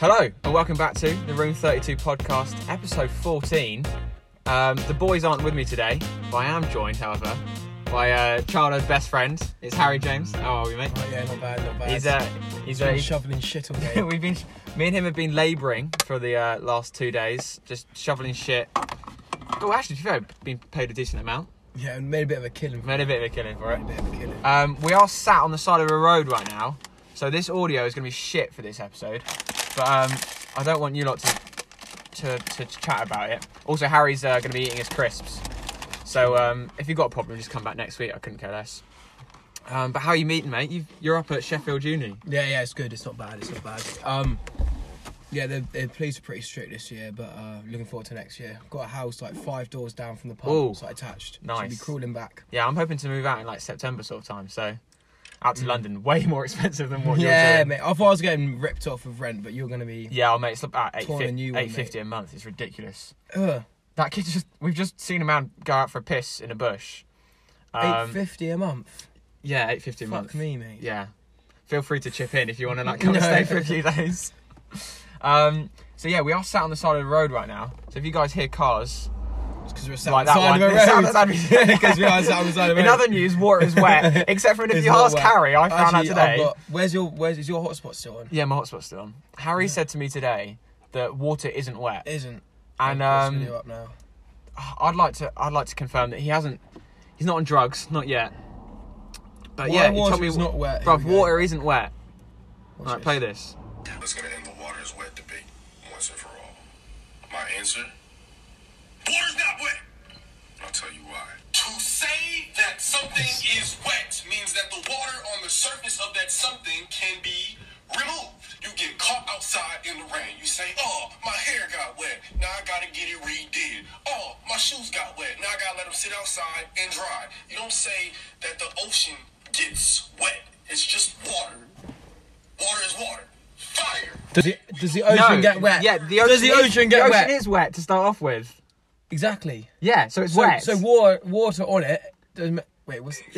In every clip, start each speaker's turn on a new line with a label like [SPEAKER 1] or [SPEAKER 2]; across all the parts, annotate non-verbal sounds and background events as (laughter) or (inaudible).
[SPEAKER 1] Hello, and welcome back to the Room 32 podcast, episode 14. Um, the boys aren't with me today, but I am joined, however, by uh, childhood best friend. It's Harry James. How are we, mate?
[SPEAKER 2] Oh, yeah, not bad, not bad.
[SPEAKER 1] He's uh, he's,
[SPEAKER 2] He's
[SPEAKER 1] uh,
[SPEAKER 2] been
[SPEAKER 1] he's
[SPEAKER 2] shoveling shit all
[SPEAKER 1] (laughs)
[SPEAKER 2] day.
[SPEAKER 1] we've been me and him have been labouring for the uh, last two days, just shoveling shit. Oh, actually, to be fair, been paid a decent amount.
[SPEAKER 2] yeah, and made a bit of a killing.
[SPEAKER 1] Made a bit of a killing for it.
[SPEAKER 2] Made a bit of a killing.
[SPEAKER 1] Um, we are sat on the side of a road right now, so this audio is going to be shit for this episode. But um, I don't want you lot to to, to chat about it. Also, Harry's uh, going to be eating his crisps. So um, if you've got a problem, just come back next week. I couldn't care less. Um, but how are you meeting, mate? You've, you're up at Sheffield Uni.
[SPEAKER 2] Yeah, yeah, it's good. It's not bad. It's not bad. Um, yeah, the, the police are pretty strict this year, but uh, looking forward to next year. Got a house like five doors down from the pub,
[SPEAKER 1] Ooh,
[SPEAKER 2] so attached. Should be
[SPEAKER 1] nice.
[SPEAKER 2] crawling back.
[SPEAKER 1] Yeah, I'm hoping to move out in like September sort of time. So out to London, (laughs) way more expensive than what you're
[SPEAKER 2] Mm. yeah,
[SPEAKER 1] doing.
[SPEAKER 2] mate. I thought I was getting ripped off of rent, but you're gonna be.
[SPEAKER 1] Yeah, I'll make uh, it's about
[SPEAKER 2] Torn a new one,
[SPEAKER 1] 850 a month. It's ridiculous.
[SPEAKER 2] Ugh,
[SPEAKER 1] That kid just we've just seen a man go out for a piss in a bush.
[SPEAKER 2] eight
[SPEAKER 1] Um,
[SPEAKER 2] fifty a month.
[SPEAKER 1] yeah, eight fifty a
[SPEAKER 2] Fuck
[SPEAKER 1] month.
[SPEAKER 2] me, mate.
[SPEAKER 1] Yeah. Feel free to chip in if you want to
[SPEAKER 2] (laughs)
[SPEAKER 1] like come and
[SPEAKER 2] No.
[SPEAKER 1] stay for a few days. (laughs) Um, so yeah, we are sat on the side of the road right now. So if you guys hear cars,
[SPEAKER 2] Because we're sat
[SPEAKER 1] Like
[SPEAKER 2] on
[SPEAKER 1] that one.
[SPEAKER 2] the
[SPEAKER 1] It's
[SPEAKER 2] side
[SPEAKER 1] (laughs)
[SPEAKER 2] of
[SPEAKER 1] sat on the
[SPEAKER 2] a (laughs) road.
[SPEAKER 1] side of-
[SPEAKER 2] Because we are sat on the side of a
[SPEAKER 1] in
[SPEAKER 2] road.
[SPEAKER 1] other news, water is wet.
[SPEAKER 2] (laughs)
[SPEAKER 1] Except for if
[SPEAKER 2] It's
[SPEAKER 1] you
[SPEAKER 2] not
[SPEAKER 1] ask
[SPEAKER 2] wet.
[SPEAKER 1] Harry, I found
[SPEAKER 2] Actually,
[SPEAKER 1] out
[SPEAKER 2] I've
[SPEAKER 1] today.
[SPEAKER 2] got- where's your where's is your hotspot still on?
[SPEAKER 1] Yeah, my hotspot's still on. Harry said to me today that water isn't wet,
[SPEAKER 2] It isn't.
[SPEAKER 1] and
[SPEAKER 2] I'll put
[SPEAKER 1] um,
[SPEAKER 2] this video up now.
[SPEAKER 1] I'd like to I'd like to confirm that he hasn't. He's not on drugs, not yet. But
[SPEAKER 2] What
[SPEAKER 1] yeah,
[SPEAKER 2] I
[SPEAKER 1] he
[SPEAKER 2] was
[SPEAKER 1] told me
[SPEAKER 2] was not wet. Here
[SPEAKER 1] Bruv,
[SPEAKER 2] we go.
[SPEAKER 1] water isn't wet.
[SPEAKER 2] Watch
[SPEAKER 1] Alright,
[SPEAKER 2] this.
[SPEAKER 1] play this.
[SPEAKER 3] Let's get an end the water is wet debate once and for all. My answer? Water's not wet! I'll tell you why. To say that something is wet means that the water on the surface of that something can be removed. You get caught outside in the rain. You say, oh, my hair got wet. Now I gotta get it redid. Oh, my shoes got wet. Now I gotta let them sit outside and dry. You don't say that the ocean gets wet. It's just water. Water is water. Fire.
[SPEAKER 2] Does the, does the ocean get wet?
[SPEAKER 1] Yeah, the ocean,
[SPEAKER 2] does the
[SPEAKER 1] is-
[SPEAKER 2] ocean get
[SPEAKER 1] the
[SPEAKER 2] wet?
[SPEAKER 1] ocean is wet to start off with.
[SPEAKER 2] exactly.
[SPEAKER 1] Yeah, so it's
[SPEAKER 2] So,
[SPEAKER 1] wet.
[SPEAKER 2] so water water on it. Doesn't ma- wait, what's?
[SPEAKER 3] But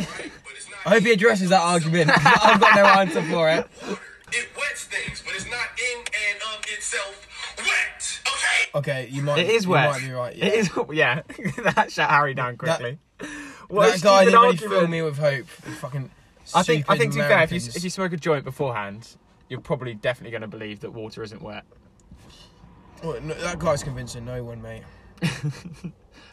[SPEAKER 3] it's not
[SPEAKER 2] I hope he addresses that argument. (laughs) 'cause I've got no answer for it.
[SPEAKER 3] water. It wets things, but it's not in and of itself wet. Okay?
[SPEAKER 2] Okay, you might.
[SPEAKER 1] it is
[SPEAKER 2] you
[SPEAKER 1] wet.
[SPEAKER 2] Might be right. Yeah.
[SPEAKER 1] It is. (laughs) Yeah, that shut Harry down quickly. what a
[SPEAKER 2] That guy
[SPEAKER 1] stupid
[SPEAKER 2] didn't really
[SPEAKER 1] argument.
[SPEAKER 2] fill me with hope. The fucking.
[SPEAKER 1] I think. I
[SPEAKER 2] stupid
[SPEAKER 1] think to be fair, if you
[SPEAKER 2] Americans.
[SPEAKER 1] if you smoke a joint beforehand, you're probably definitely going to believe that water isn't wet.
[SPEAKER 2] Oh, no, that guy's convincing no one, mate.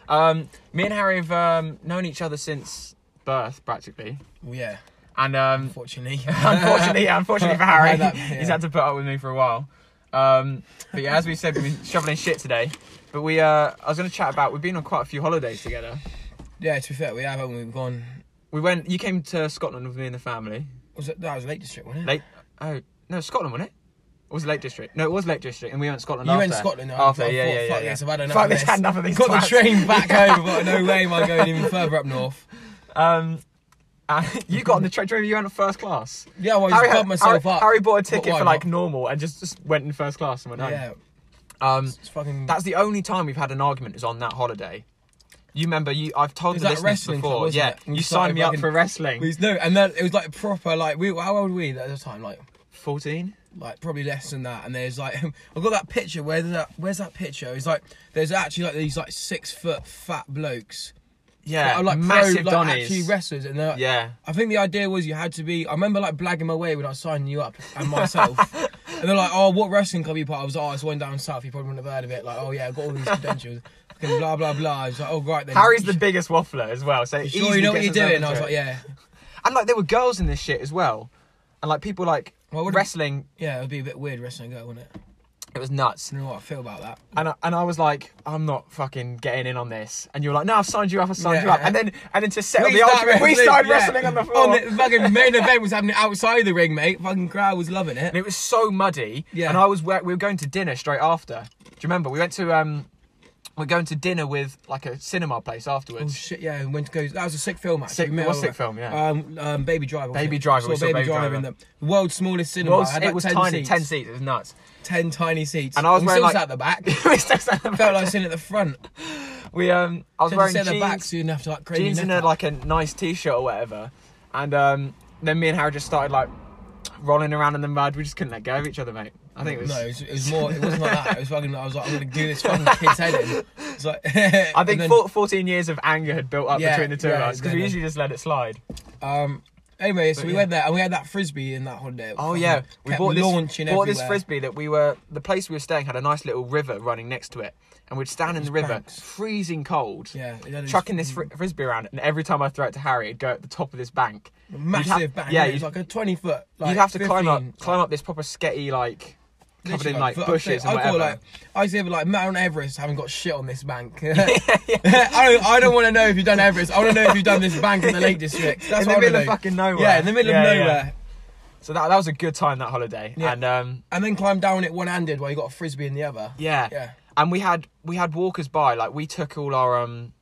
[SPEAKER 1] Um, me and Harry have um, known each other since birth practically,
[SPEAKER 2] Well, yeah,
[SPEAKER 1] and um,
[SPEAKER 2] fortunately.
[SPEAKER 1] (laughs) unfortunately, yeah, unfortunately for Harry,
[SPEAKER 2] Had
[SPEAKER 1] (laughs)
[SPEAKER 2] that-
[SPEAKER 1] he's
[SPEAKER 2] yeah.
[SPEAKER 1] had to put up with me for a while. Um, but yeah, as we said, we've been shoveling shit today. But we, uh, I was going to chat about. We've been on quite a few holidays together.
[SPEAKER 2] (laughs) yeah, to be fair, we have only gone.
[SPEAKER 1] We went. You came to Scotland with me and the family.
[SPEAKER 2] Was it, that was Lake District, wasn't it?
[SPEAKER 1] Late. Oh no, Scotland wasn't it? Or was it Lake District? No, it was Lake District, and we went to Scotland.
[SPEAKER 2] You
[SPEAKER 1] after.
[SPEAKER 2] went to Scotland
[SPEAKER 1] after.
[SPEAKER 2] after. I
[SPEAKER 1] yeah,
[SPEAKER 2] thought,
[SPEAKER 1] yeah, yeah,
[SPEAKER 2] fuck
[SPEAKER 1] yeah.
[SPEAKER 2] this, I've had enough
[SPEAKER 1] Fuck
[SPEAKER 2] of
[SPEAKER 1] this,
[SPEAKER 2] this.
[SPEAKER 1] had enough of these
[SPEAKER 2] Got the
[SPEAKER 1] twats. (laughs)
[SPEAKER 2] train back home, but no way am I going even further up north.
[SPEAKER 1] Um, and you got on the train. do you remember You went on first class.
[SPEAKER 2] Yeah, well, I just
[SPEAKER 1] Harry,
[SPEAKER 2] bumped myself
[SPEAKER 1] Harry,
[SPEAKER 2] up.
[SPEAKER 1] Harry bought a
[SPEAKER 2] But
[SPEAKER 1] ticket
[SPEAKER 2] why
[SPEAKER 1] for like
[SPEAKER 2] not?
[SPEAKER 1] normal and just, just went in first class and went home.
[SPEAKER 2] Yeah,
[SPEAKER 1] Um,
[SPEAKER 2] it's fucking.
[SPEAKER 1] That's the only time we've had an argument is on that holiday. You remember you? I've told
[SPEAKER 2] It was
[SPEAKER 1] the
[SPEAKER 2] that
[SPEAKER 1] listeners
[SPEAKER 2] wrestling
[SPEAKER 1] before.
[SPEAKER 2] club, wasn't
[SPEAKER 1] yeah,
[SPEAKER 2] it? We
[SPEAKER 1] you
[SPEAKER 2] started
[SPEAKER 1] signed me up
[SPEAKER 2] fucking-
[SPEAKER 1] for
[SPEAKER 2] We
[SPEAKER 1] wrestling.
[SPEAKER 2] was- no, and then it was like proper like we. How old were we at the time? Like,
[SPEAKER 1] Fourteen.
[SPEAKER 2] like probably less than that. And there's like, (laughs) I've got that picture. Where's that? Where's that picture? It's like there's actually like these like six foot fat blokes.
[SPEAKER 1] Yeah,
[SPEAKER 2] that are, like
[SPEAKER 1] massive
[SPEAKER 2] pro, like, actually
[SPEAKER 1] Donnies.
[SPEAKER 2] wrestlers, and they're like, (laughs)
[SPEAKER 1] yeah,
[SPEAKER 2] I think the idea was you had to be. I remember like blagging my way when I was signing you up
[SPEAKER 1] (laughs)
[SPEAKER 2] and myself. and they're like, oh, what wrestling club you part of? I was like, oh, it's one down south. You probably wouldn't have heard of it. Like, oh, yeah, I've got all these credentials. Fucking blah, blah, blah. It's like, oh, right then.
[SPEAKER 1] Harry's the biggest waffler as well. So
[SPEAKER 2] Sure, you know what you're doing? And I was like, yeah.
[SPEAKER 1] and like there were girls in this shit as well, and like people like
[SPEAKER 2] Well, I would've-
[SPEAKER 1] wrestling.
[SPEAKER 2] Yeah, it would be a bit weird wrestling girl, wouldn't it?
[SPEAKER 1] It was nuts.
[SPEAKER 2] You know what I feel about that.
[SPEAKER 1] And I, and I was like, I'm not fucking getting in on this. And you were like, No, I've signed you up. I've signed you
[SPEAKER 2] Yeah.
[SPEAKER 1] up. And then and then to settle the argument, we started
[SPEAKER 2] yeah.
[SPEAKER 1] wrestling on the floor.
[SPEAKER 2] the fucking main event was happening outside the ring, mate. Fucking crowd was loving it.
[SPEAKER 1] and it was so muddy.
[SPEAKER 2] Yeah.
[SPEAKER 1] And I was where we were going to dinner straight after. Do you remember? We went to um, we're going to dinner with like a cinema place
[SPEAKER 2] Oh
[SPEAKER 1] afterwards.
[SPEAKER 2] shit! Yeah, and went to go. That was a sick film. Actually,
[SPEAKER 1] Sick-
[SPEAKER 2] We met
[SPEAKER 1] what's
[SPEAKER 2] all
[SPEAKER 1] sick
[SPEAKER 2] that.
[SPEAKER 1] film, yeah.
[SPEAKER 2] um, um, Baby Driver. wasn't
[SPEAKER 1] Baby
[SPEAKER 2] it?
[SPEAKER 1] Driver,
[SPEAKER 2] Saw
[SPEAKER 1] we saw
[SPEAKER 2] Baby,
[SPEAKER 1] Baby
[SPEAKER 2] Driver,
[SPEAKER 1] Driver.
[SPEAKER 2] in the world's smallest cinema.
[SPEAKER 1] Well,
[SPEAKER 2] had
[SPEAKER 1] it
[SPEAKER 2] like
[SPEAKER 1] was
[SPEAKER 2] 10
[SPEAKER 1] tiny,
[SPEAKER 2] seats.
[SPEAKER 1] ten seats. It was nuts. (laughs)
[SPEAKER 2] Ten tiny seats.
[SPEAKER 1] And I was
[SPEAKER 2] we
[SPEAKER 1] wearing,
[SPEAKER 2] still
[SPEAKER 1] like-
[SPEAKER 2] sat at
[SPEAKER 1] (laughs)
[SPEAKER 2] the back.
[SPEAKER 1] We still sat at the
[SPEAKER 2] Felt
[SPEAKER 1] back.
[SPEAKER 2] like sitting at the front.
[SPEAKER 1] we um, I was
[SPEAKER 2] Since
[SPEAKER 1] wearing
[SPEAKER 2] you sit at the back,
[SPEAKER 1] jeans,
[SPEAKER 2] so you didn't have to like crane
[SPEAKER 1] jeans
[SPEAKER 2] your
[SPEAKER 1] and
[SPEAKER 2] neck
[SPEAKER 1] a,
[SPEAKER 2] up.
[SPEAKER 1] like a nice t-shirt or whatever. And um, then me and Harry just started like rolling around in the mud. We just couldn't let go of each other, mate. I think it was.
[SPEAKER 2] No, it was, it was more. It wasn't like that. It was fucking. I was like, I'm gonna do
[SPEAKER 1] (laughs)
[SPEAKER 2] this fucking kid's head in. It's like. (laughs)
[SPEAKER 1] I think four- 14 years of anger had built up
[SPEAKER 2] Yeah,
[SPEAKER 1] between the two of
[SPEAKER 2] yeah,
[SPEAKER 1] us because we
[SPEAKER 2] yeah.
[SPEAKER 1] usually just let it slide.
[SPEAKER 2] Um. Anyway, so we
[SPEAKER 1] yeah.
[SPEAKER 2] went there and we had that frisbee in that holiday.
[SPEAKER 1] Oh yeah, we
[SPEAKER 2] kept
[SPEAKER 1] bought this
[SPEAKER 2] launching
[SPEAKER 1] bought this
[SPEAKER 2] everywhere.
[SPEAKER 1] frisbee that we were the place we were staying had a nice little river running next to it, and we'd stand in the river,
[SPEAKER 2] banks.
[SPEAKER 1] freezing cold.
[SPEAKER 2] Yeah, it had this
[SPEAKER 1] chucking this fr- frisbee around, and every time I throw it to Harry, it'd go at the top of this bank. You'd ha-
[SPEAKER 2] massive bank.
[SPEAKER 1] Yeah,
[SPEAKER 2] Yeah, it's
[SPEAKER 1] you'd,
[SPEAKER 2] like a twenty foot. Like,
[SPEAKER 1] you'd have to climb up,
[SPEAKER 2] 15,
[SPEAKER 1] climb up this proper sketty like covered
[SPEAKER 2] literally,
[SPEAKER 1] in like
[SPEAKER 2] foot-
[SPEAKER 1] bushes and
[SPEAKER 2] I feel
[SPEAKER 1] whatever.
[SPEAKER 2] like I used to have like Mount Everest haven't got shit on
[SPEAKER 1] (laughs)
[SPEAKER 2] this bank. (laughs) I don't. I don't want to know if you've done Everest. I want to know if you've done this bank in the Lake District.
[SPEAKER 1] (laughs) In the
[SPEAKER 2] That's what I wanna
[SPEAKER 1] middle of
[SPEAKER 2] know.
[SPEAKER 1] fucking nowhere.
[SPEAKER 2] Yeah, in the middle
[SPEAKER 1] Yeah,
[SPEAKER 2] of
[SPEAKER 1] yeah.
[SPEAKER 2] nowhere.
[SPEAKER 1] so that that was a good time that holiday,
[SPEAKER 2] Yeah.
[SPEAKER 1] and um,
[SPEAKER 2] And then climb down it one handed while you got a frisbee in the other.
[SPEAKER 1] Yeah.
[SPEAKER 2] Yeah.
[SPEAKER 1] And we had we had walkers by, like we took all our um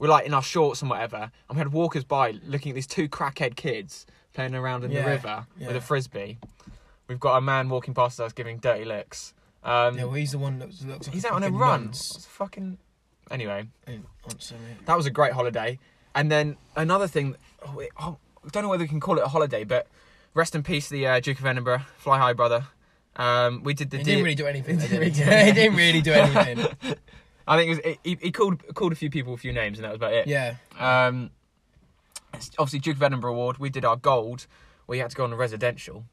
[SPEAKER 1] we're like in our shorts and whatever, and we had walkers by looking at these two crackhead kids playing around in
[SPEAKER 2] Yeah,
[SPEAKER 1] the river with
[SPEAKER 2] yeah.
[SPEAKER 1] a frisbee. We've got a man walking past us giving dirty looks. Um
[SPEAKER 2] Yeah, well, he's the one that looks like
[SPEAKER 1] he's
[SPEAKER 2] a
[SPEAKER 1] out on a
[SPEAKER 2] fucking
[SPEAKER 1] run.
[SPEAKER 2] nonce.
[SPEAKER 1] What's a fucking anyway.
[SPEAKER 2] Ain't nonce, mate.
[SPEAKER 1] That was a great holiday. And then another thing oh, wait, oh, I don't know whether we can call it a holiday, but rest in peace the uh, Duke of Edinburgh, fly high brother. Um, we did the
[SPEAKER 2] He
[SPEAKER 1] D-
[SPEAKER 2] didn't (laughs) really do anything. He
[SPEAKER 1] didn't
[SPEAKER 2] didn't,
[SPEAKER 1] really do
[SPEAKER 2] he didn't really
[SPEAKER 1] (laughs)
[SPEAKER 2] do anything.
[SPEAKER 1] I think it was, he, he called called a few people a few names, and that was about it.
[SPEAKER 2] Yeah.
[SPEAKER 1] Um, it's obviously Duke of Edinburgh Award. We did our gold. We had to go on a residential,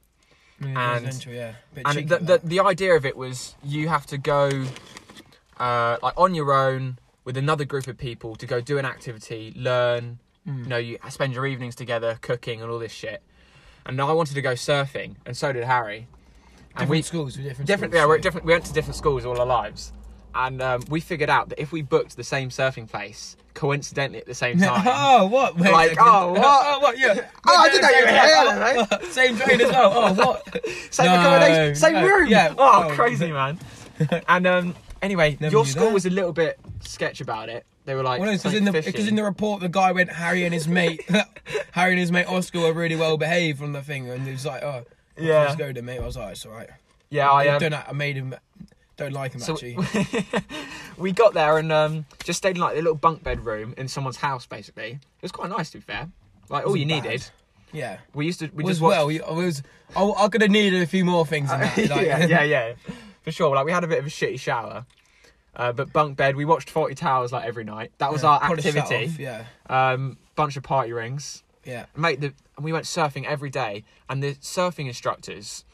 [SPEAKER 2] Yeah,
[SPEAKER 1] And-
[SPEAKER 2] residential, yeah. Bit cheeky
[SPEAKER 1] and the,
[SPEAKER 2] like
[SPEAKER 1] the
[SPEAKER 2] that.
[SPEAKER 1] the idea of it was you have to go, uh, like on your own with another group of people to go do an activity, learn.
[SPEAKER 2] Hmm.
[SPEAKER 1] You know, you spend your evenings together cooking and all this shit. And I wanted to go surfing, and so did Harry.
[SPEAKER 2] different
[SPEAKER 1] And we
[SPEAKER 2] schools, with different
[SPEAKER 1] different.
[SPEAKER 2] schools,
[SPEAKER 1] Yeah, we're at
[SPEAKER 2] so-
[SPEAKER 1] different. We went to different schools all our lives, and um, we figured out that if we booked the same surfing place coincidentally at the same time.
[SPEAKER 2] (laughs) Oh, what? Wait a
[SPEAKER 1] Like,
[SPEAKER 2] second.
[SPEAKER 1] oh, what?
[SPEAKER 2] oh, what? Yeah.
[SPEAKER 1] (laughs) Oh, I
[SPEAKER 2] Yeah,
[SPEAKER 1] did know
[SPEAKER 2] same-
[SPEAKER 1] you were here, I don't know.
[SPEAKER 2] what? Same train as well. Oh, what?
[SPEAKER 1] (laughs) Same
[SPEAKER 2] No,
[SPEAKER 1] accommodation, same
[SPEAKER 2] no,
[SPEAKER 1] room.
[SPEAKER 2] yeah.
[SPEAKER 1] Oh,
[SPEAKER 2] Oh,
[SPEAKER 1] crazy
[SPEAKER 2] (laughs)
[SPEAKER 1] man. and um, anyway,
[SPEAKER 2] Never
[SPEAKER 1] your
[SPEAKER 2] knew
[SPEAKER 1] school
[SPEAKER 2] that.
[SPEAKER 1] was a little bit sketch about it. They were like,
[SPEAKER 2] Well, no, because
[SPEAKER 1] something
[SPEAKER 2] in the
[SPEAKER 1] fishy.
[SPEAKER 2] because in the report the guy went Harry and his mate, (laughs) Harry and his mate Oscar were really well behaved from the thing, and he was like, oh,
[SPEAKER 1] Yeah.
[SPEAKER 2] let's go to mate. I was like, it's alright.
[SPEAKER 1] yeah, I
[SPEAKER 2] I
[SPEAKER 1] um,
[SPEAKER 2] don't know, I made him don't like him
[SPEAKER 1] So
[SPEAKER 2] actually.
[SPEAKER 1] we (laughs) got there and um, just stayed in like a little bunk bed room in someone's house. Basically, it was quite nice to be fair. Like all you
[SPEAKER 2] Wasn't bad.
[SPEAKER 1] needed,
[SPEAKER 2] (laughs) Yeah.
[SPEAKER 1] we used to we
[SPEAKER 2] Was
[SPEAKER 1] just watched
[SPEAKER 2] well. we- I was. I, I could have needed a few more things. In that,
[SPEAKER 1] (laughs)
[SPEAKER 2] like-
[SPEAKER 1] yeah,
[SPEAKER 2] (laughs)
[SPEAKER 1] yeah, yeah, (laughs) for sure. Like we had a bit of a shitty shower, uh, but bunk bed. We watched Forty Towers like every night. That was our
[SPEAKER 2] polish that
[SPEAKER 1] activity.
[SPEAKER 2] off, yeah.
[SPEAKER 1] Um, bunch of party rings.
[SPEAKER 2] Yeah.
[SPEAKER 1] Mate, the, and we went surfing every day, and the surfing instructors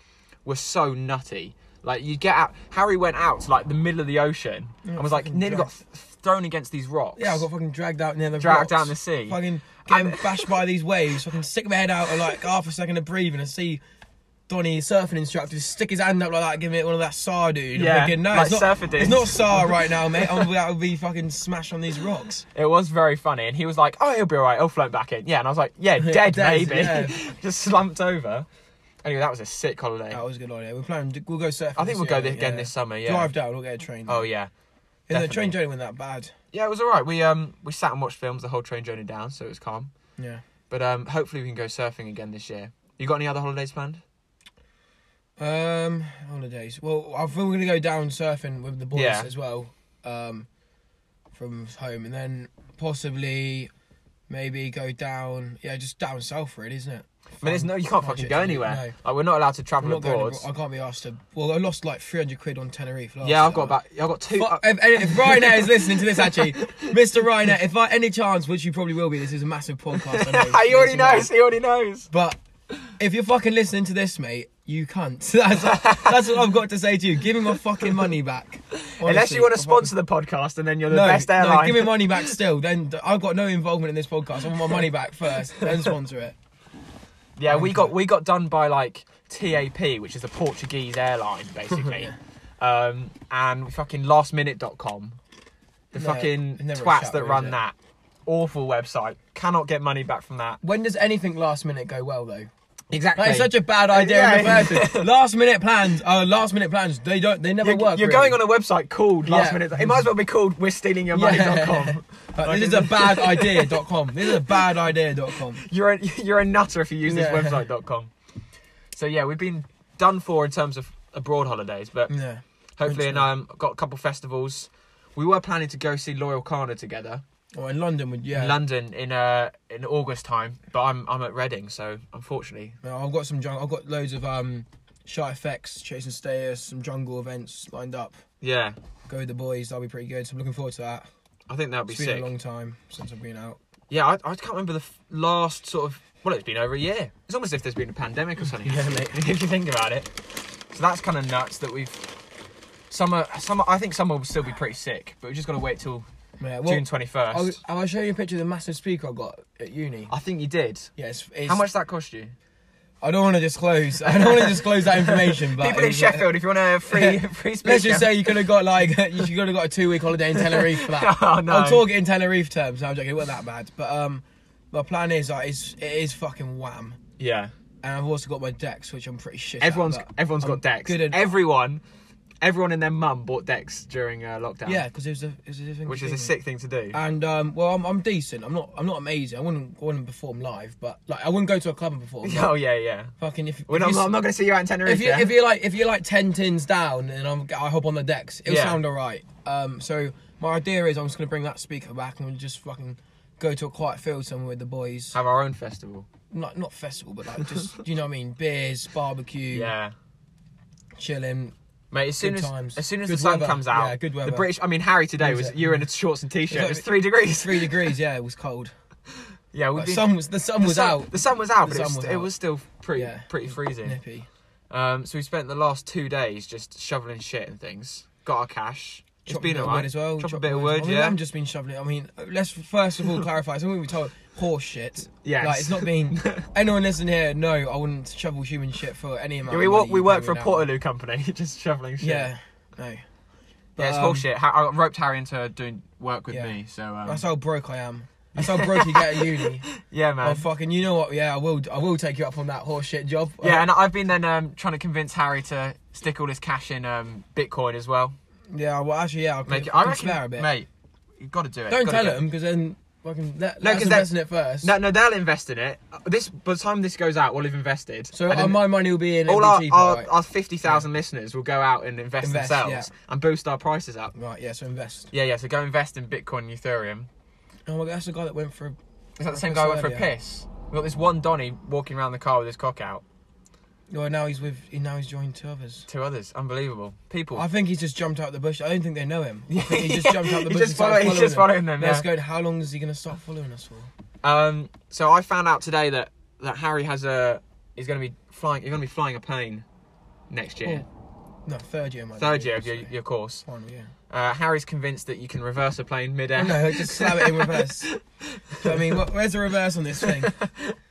[SPEAKER 1] were so nutty. Like you get out, Harry went out to like the middle of the ocean and was like
[SPEAKER 2] fucking
[SPEAKER 1] nearly got th- thrown against these rocks.
[SPEAKER 2] Yeah, I got fucking dragged out near the
[SPEAKER 1] Dragged
[SPEAKER 2] rocks,
[SPEAKER 1] down the sea.
[SPEAKER 2] Fucking getting bashed by these waves. Fucking stick my head out for like half a second to breathe, and I see Donny surfing instructor stick his hand up like that, giving it one of that SAR dude. I'm
[SPEAKER 1] Yeah,
[SPEAKER 2] thinking, no,
[SPEAKER 1] like
[SPEAKER 2] it's
[SPEAKER 1] surfer
[SPEAKER 2] not.
[SPEAKER 1] dudes.
[SPEAKER 2] It's not SAR right
[SPEAKER 1] (laughs)
[SPEAKER 2] now, mate. I'm about to be fucking smashed on these rocks.
[SPEAKER 1] It was very funny, and he was like, "Oh, he'll be alright. He'll float back in." Yeah, and I was like,
[SPEAKER 2] (laughs)
[SPEAKER 1] "Yeah, dead,
[SPEAKER 2] Dead,
[SPEAKER 1] maybe."
[SPEAKER 2] yeah.
[SPEAKER 1] (laughs) Just slumped over. Anyway, that was a sick holiday.
[SPEAKER 2] That was a good idea. We're planning. to- We'll go surfing.
[SPEAKER 1] I think
[SPEAKER 2] this
[SPEAKER 1] we'll go
[SPEAKER 2] year,
[SPEAKER 1] this,
[SPEAKER 2] mate,
[SPEAKER 1] again
[SPEAKER 2] yeah.
[SPEAKER 1] this summer. Yeah.
[SPEAKER 2] Drive down. We'll get a train.
[SPEAKER 1] Oh yeah.
[SPEAKER 2] yeah, the
[SPEAKER 1] definitely.
[SPEAKER 2] train journey wasn't that bad.
[SPEAKER 1] Yeah, it was alright. We um we sat and watched films the whole train journey down, so it was calm.
[SPEAKER 2] Yeah.
[SPEAKER 1] But um hopefully we can go surfing again this year. You got any other holidays planned?
[SPEAKER 2] Um, holidays. Well, I think we're gonna go down surfing with the boys
[SPEAKER 1] Yeah.
[SPEAKER 2] as well. Um, from home, and then possibly maybe go down. Yeah, just down south, really, isn't it?
[SPEAKER 1] I mean, there's no you can't fucking go anywhere.
[SPEAKER 2] Um, No.
[SPEAKER 1] Like we're not allowed to
[SPEAKER 2] I'm
[SPEAKER 1] travel
[SPEAKER 2] not going
[SPEAKER 1] abroad.
[SPEAKER 2] abroad. I can't be asked to. Well, I lost like 300 quid on Tenerife last
[SPEAKER 1] yeah, I've got
[SPEAKER 2] time.
[SPEAKER 1] about I've got two.
[SPEAKER 2] But
[SPEAKER 1] (laughs)
[SPEAKER 2] if, if Ryanair is listening to this, actually, (laughs) Mr. Ryanair, if I any chance, which you probably will be, this is a massive
[SPEAKER 1] (laughs)
[SPEAKER 2] podcast. I know.
[SPEAKER 1] he already
[SPEAKER 2] It's a-
[SPEAKER 1] knows. He already knows.
[SPEAKER 2] but if you're fucking listening to this, mate, you cunt. (laughs) That's, that's what I've got to say to you. Give me my fucking money back.
[SPEAKER 1] Unless
[SPEAKER 2] Honestly,
[SPEAKER 1] you want
[SPEAKER 2] I
[SPEAKER 1] to sponsor the podcast, and then you're the
[SPEAKER 2] fucking- No,
[SPEAKER 1] best airline.
[SPEAKER 2] no, give me money back still. Then d- I've got no involvement in this podcast. I want my money back first, then sponsor it.
[SPEAKER 1] Yeah, we got we got done by like TAP, which is a Portuguese airline,
[SPEAKER 2] (laughs)
[SPEAKER 1] basically. um, and fucking lastminute.com. The
[SPEAKER 2] No,
[SPEAKER 1] fucking
[SPEAKER 2] it's never a
[SPEAKER 1] twats
[SPEAKER 2] shout,
[SPEAKER 1] that
[SPEAKER 2] is
[SPEAKER 1] run
[SPEAKER 2] it?
[SPEAKER 1] that. Awful website. Cannot get money back from that.
[SPEAKER 2] When does anything last minute go well though?
[SPEAKER 1] Exactly.
[SPEAKER 2] That is such a bad idea
[SPEAKER 1] Yeah.
[SPEAKER 2] in the (laughs) first place. Last minute plans. Oh, last minute plans. They don't. They never
[SPEAKER 1] you're,
[SPEAKER 2] work.
[SPEAKER 1] you're
[SPEAKER 2] really.
[SPEAKER 1] going on a website called
[SPEAKER 2] Yeah.
[SPEAKER 1] last minute. It might as well be called we're stealing your money.com.
[SPEAKER 2] Yeah. (laughs) Like, this is a bad idea.com. This is a bad idea.com.
[SPEAKER 1] (laughs) You're a, you're a nutter if you use
[SPEAKER 2] Yeah.
[SPEAKER 1] this website.com. So yeah, we've been done for in terms of abroad holidays, but
[SPEAKER 2] Yeah.
[SPEAKER 1] Hopefully, and
[SPEAKER 2] Winter.
[SPEAKER 1] um, got a couple festivals. We were planning to go see Loyal Kana together
[SPEAKER 2] Or in London, would yeah.
[SPEAKER 1] in London in uh in August time, but I'm I'm at Reading, so unfortunately,
[SPEAKER 2] No, I've got some junk. I've got loads of um Shy FX, Chasing Stairs, some jungle events lined up.
[SPEAKER 1] Yeah,
[SPEAKER 2] Go with the boys, that'll be pretty good. So I'm looking forward to that.
[SPEAKER 1] I think that'd be
[SPEAKER 2] It's been
[SPEAKER 1] sick.
[SPEAKER 2] a long time since I've been out.
[SPEAKER 1] Yeah, I, I can't remember the f- last sort of. Well, it's been over a year. It's almost as if there's been a pandemic or something. (laughs)
[SPEAKER 2] (laughs) Yeah, mate.
[SPEAKER 1] if you think about it. So that's kind of nuts that we've. Summer, summer. I think summer will still be pretty sick, but we've just got to wait till
[SPEAKER 2] Yeah, well,
[SPEAKER 1] June twenty first.
[SPEAKER 2] I'll, I'll show you a picture of the massive speaker I got at uni.
[SPEAKER 1] I think you did.
[SPEAKER 2] Yeah, it's, it's,
[SPEAKER 1] How much that cost you?
[SPEAKER 2] I don't want to disclose. I don't want to disclose that information. But
[SPEAKER 1] People
[SPEAKER 2] it
[SPEAKER 1] in
[SPEAKER 2] was, uh,
[SPEAKER 1] Sheffield, if you want a (laughs) free free speech.
[SPEAKER 2] Let's just
[SPEAKER 1] yeah.
[SPEAKER 2] say you could have got like (laughs) you could have got a two week holiday in Tenerife for that.
[SPEAKER 1] (laughs) Oh, no.
[SPEAKER 2] I'm talking in Tenerife terms. I'm joking. It wasn't that bad. But um, my plan is like, it's, it is fucking wham.
[SPEAKER 1] Yeah.
[SPEAKER 2] And I've also got my decks, which I'm pretty shit.
[SPEAKER 1] Everyone's
[SPEAKER 2] at, but
[SPEAKER 1] everyone's
[SPEAKER 2] I'm
[SPEAKER 1] got decks.
[SPEAKER 2] Good at,
[SPEAKER 1] everyone, everyone and their mum bought decks during uh, lockdown.
[SPEAKER 2] yeah, because it was a it was a thing
[SPEAKER 1] Which
[SPEAKER 2] to
[SPEAKER 1] is
[SPEAKER 2] do.
[SPEAKER 1] a sick thing to do.
[SPEAKER 2] And um, well, I'm, I'm decent. I'm not I'm not amazing. I wouldn't I wouldn't perform live, but like I wouldn't go to a club and perform. but
[SPEAKER 1] oh yeah, yeah.
[SPEAKER 2] Fucking if,
[SPEAKER 1] We're
[SPEAKER 2] if
[SPEAKER 1] not,
[SPEAKER 2] you, s-
[SPEAKER 1] I'm not going to see you out in Tenerife.
[SPEAKER 2] if you
[SPEAKER 1] yeah?
[SPEAKER 2] if you're like if you're like ten tins down and I'm I hop on the decks, it'll
[SPEAKER 1] Yeah.
[SPEAKER 2] sound alright. Um, so my idea is I'm just gonna bring that speaker back and we'll just fucking go to a quiet field somewhere with the boys.
[SPEAKER 1] have our own festival.
[SPEAKER 2] Not not festival, but like just (laughs) you know what I mean, beers, barbecue,
[SPEAKER 1] Yeah.
[SPEAKER 2] chilling.
[SPEAKER 1] Mate, as soon
[SPEAKER 2] Good
[SPEAKER 1] as
[SPEAKER 2] times.
[SPEAKER 1] as soon as
[SPEAKER 2] Good
[SPEAKER 1] the sun
[SPEAKER 2] weather.
[SPEAKER 1] comes out,
[SPEAKER 2] Yeah, good weather.
[SPEAKER 1] the British. I mean, Harry today was
[SPEAKER 2] it?
[SPEAKER 1] you were in a shorts and t-shirt. It
[SPEAKER 2] like-
[SPEAKER 1] was three degrees.
[SPEAKER 2] Three degrees, yeah, it was cold.
[SPEAKER 1] Yeah, we've
[SPEAKER 2] But
[SPEAKER 1] been-
[SPEAKER 2] sun was the sun
[SPEAKER 1] the
[SPEAKER 2] was
[SPEAKER 1] sun-
[SPEAKER 2] out.
[SPEAKER 1] The sun was out,
[SPEAKER 2] The
[SPEAKER 1] but it was,
[SPEAKER 2] sun was
[SPEAKER 1] it
[SPEAKER 2] out.
[SPEAKER 1] was still pretty
[SPEAKER 2] Yeah.
[SPEAKER 1] pretty freezing.
[SPEAKER 2] Nippy.
[SPEAKER 1] Um, so we spent the last two days just shoveling shit and things. Got our cash. It's
[SPEAKER 2] Chop
[SPEAKER 1] been
[SPEAKER 2] a bit of
[SPEAKER 1] alright.
[SPEAKER 2] wood as well.
[SPEAKER 1] Chop, a
[SPEAKER 2] chopped
[SPEAKER 1] bit of
[SPEAKER 2] as
[SPEAKER 1] wood,
[SPEAKER 2] well. I mean,
[SPEAKER 1] yeah.
[SPEAKER 2] I haven't just been shoveling. I mean, let's first of all
[SPEAKER 1] (laughs)
[SPEAKER 2] clarify something we told horse shit.
[SPEAKER 1] Yes.
[SPEAKER 2] Like it's not been
[SPEAKER 1] (laughs)
[SPEAKER 2] anyone listening here. No, I wouldn't shovel human shit for any amount.
[SPEAKER 1] Yeah, we
[SPEAKER 2] of
[SPEAKER 1] work
[SPEAKER 2] money
[SPEAKER 1] we
[SPEAKER 2] you
[SPEAKER 1] work
[SPEAKER 2] pay
[SPEAKER 1] for a
[SPEAKER 2] me now.
[SPEAKER 1] Portaloo company, (laughs) just shoveling shit.
[SPEAKER 2] Yeah. No.
[SPEAKER 1] yeah, it's
[SPEAKER 2] um,
[SPEAKER 1] bullshit. Ha- I roped Harry into doing work with
[SPEAKER 2] Yeah.
[SPEAKER 1] me, so um,
[SPEAKER 2] That's how broke
[SPEAKER 1] (laughs)
[SPEAKER 2] I am. That's how broke you get at uni.
[SPEAKER 1] yeah, man.
[SPEAKER 2] Oh fucking, you know what? Yeah, I will. I will take you up on that horse shit job.
[SPEAKER 1] yeah, and I've been then um, trying to convince Harry to stick all his cash in um, Bitcoin as well.
[SPEAKER 2] yeah. Well, actually, yeah. I can,
[SPEAKER 1] Make it,
[SPEAKER 2] I
[SPEAKER 1] I
[SPEAKER 2] can
[SPEAKER 1] reckon,
[SPEAKER 2] swear a bit.
[SPEAKER 1] mate. You've got to do it.
[SPEAKER 2] Don't
[SPEAKER 1] Gotta
[SPEAKER 2] tell
[SPEAKER 1] do it.
[SPEAKER 2] him because then fucking let,
[SPEAKER 1] No,
[SPEAKER 2] let us
[SPEAKER 1] 'cause that-
[SPEAKER 2] invest in it first.
[SPEAKER 1] No, no, they'll invest in it. Uh, This by the time this goes out, we'll have invested.
[SPEAKER 2] so
[SPEAKER 1] And
[SPEAKER 2] uh,
[SPEAKER 1] then
[SPEAKER 2] my money will be in.
[SPEAKER 1] all
[SPEAKER 2] it'll
[SPEAKER 1] our
[SPEAKER 2] be cheaper,
[SPEAKER 1] our,
[SPEAKER 2] right?
[SPEAKER 1] our fifty thousand listeners will go out and invest,
[SPEAKER 2] Invest,
[SPEAKER 1] themselves and boost our prices up.
[SPEAKER 2] right. Yeah. So invest.
[SPEAKER 1] Yeah, yeah. So go invest in Bitcoin and Ethereum.
[SPEAKER 2] Oh my god, that's the guy that went for.
[SPEAKER 1] Is that the
[SPEAKER 2] I
[SPEAKER 1] same
[SPEAKER 2] think
[SPEAKER 1] guy
[SPEAKER 2] I
[SPEAKER 1] who went for
[SPEAKER 2] saw
[SPEAKER 1] a
[SPEAKER 2] earlier.
[SPEAKER 1] piss? We got this one Donny walking around the car with his cock out.
[SPEAKER 2] Well, now he's with. he- Now he's joined two others.
[SPEAKER 1] Two others, unbelievable people.
[SPEAKER 2] I think he's just jumped out the bush. I don't think they know him. I think he
[SPEAKER 1] Yeah,
[SPEAKER 2] just
[SPEAKER 1] (laughs)
[SPEAKER 2] jumped out the
[SPEAKER 1] he
[SPEAKER 2] bush.
[SPEAKER 1] just
[SPEAKER 2] and started
[SPEAKER 1] follow- he's just following them,
[SPEAKER 2] Let's
[SPEAKER 1] yeah.
[SPEAKER 2] go. How long is he gonna start following us for?
[SPEAKER 1] Um, so I found out today that that Harry has a is going to be flying. You're going to be flying a plane next year,
[SPEAKER 2] Oh. No, third year. might
[SPEAKER 1] third
[SPEAKER 2] be,
[SPEAKER 1] year of your,
[SPEAKER 2] sorry.
[SPEAKER 1] your course.
[SPEAKER 2] Final year.
[SPEAKER 1] Uh, Harry's convinced that you can reverse a plane
[SPEAKER 2] Oh,
[SPEAKER 1] midair.
[SPEAKER 2] no, just slam it in reverse. Do you know what I mean, What- where's the reverse on this thing?
[SPEAKER 1] (laughs)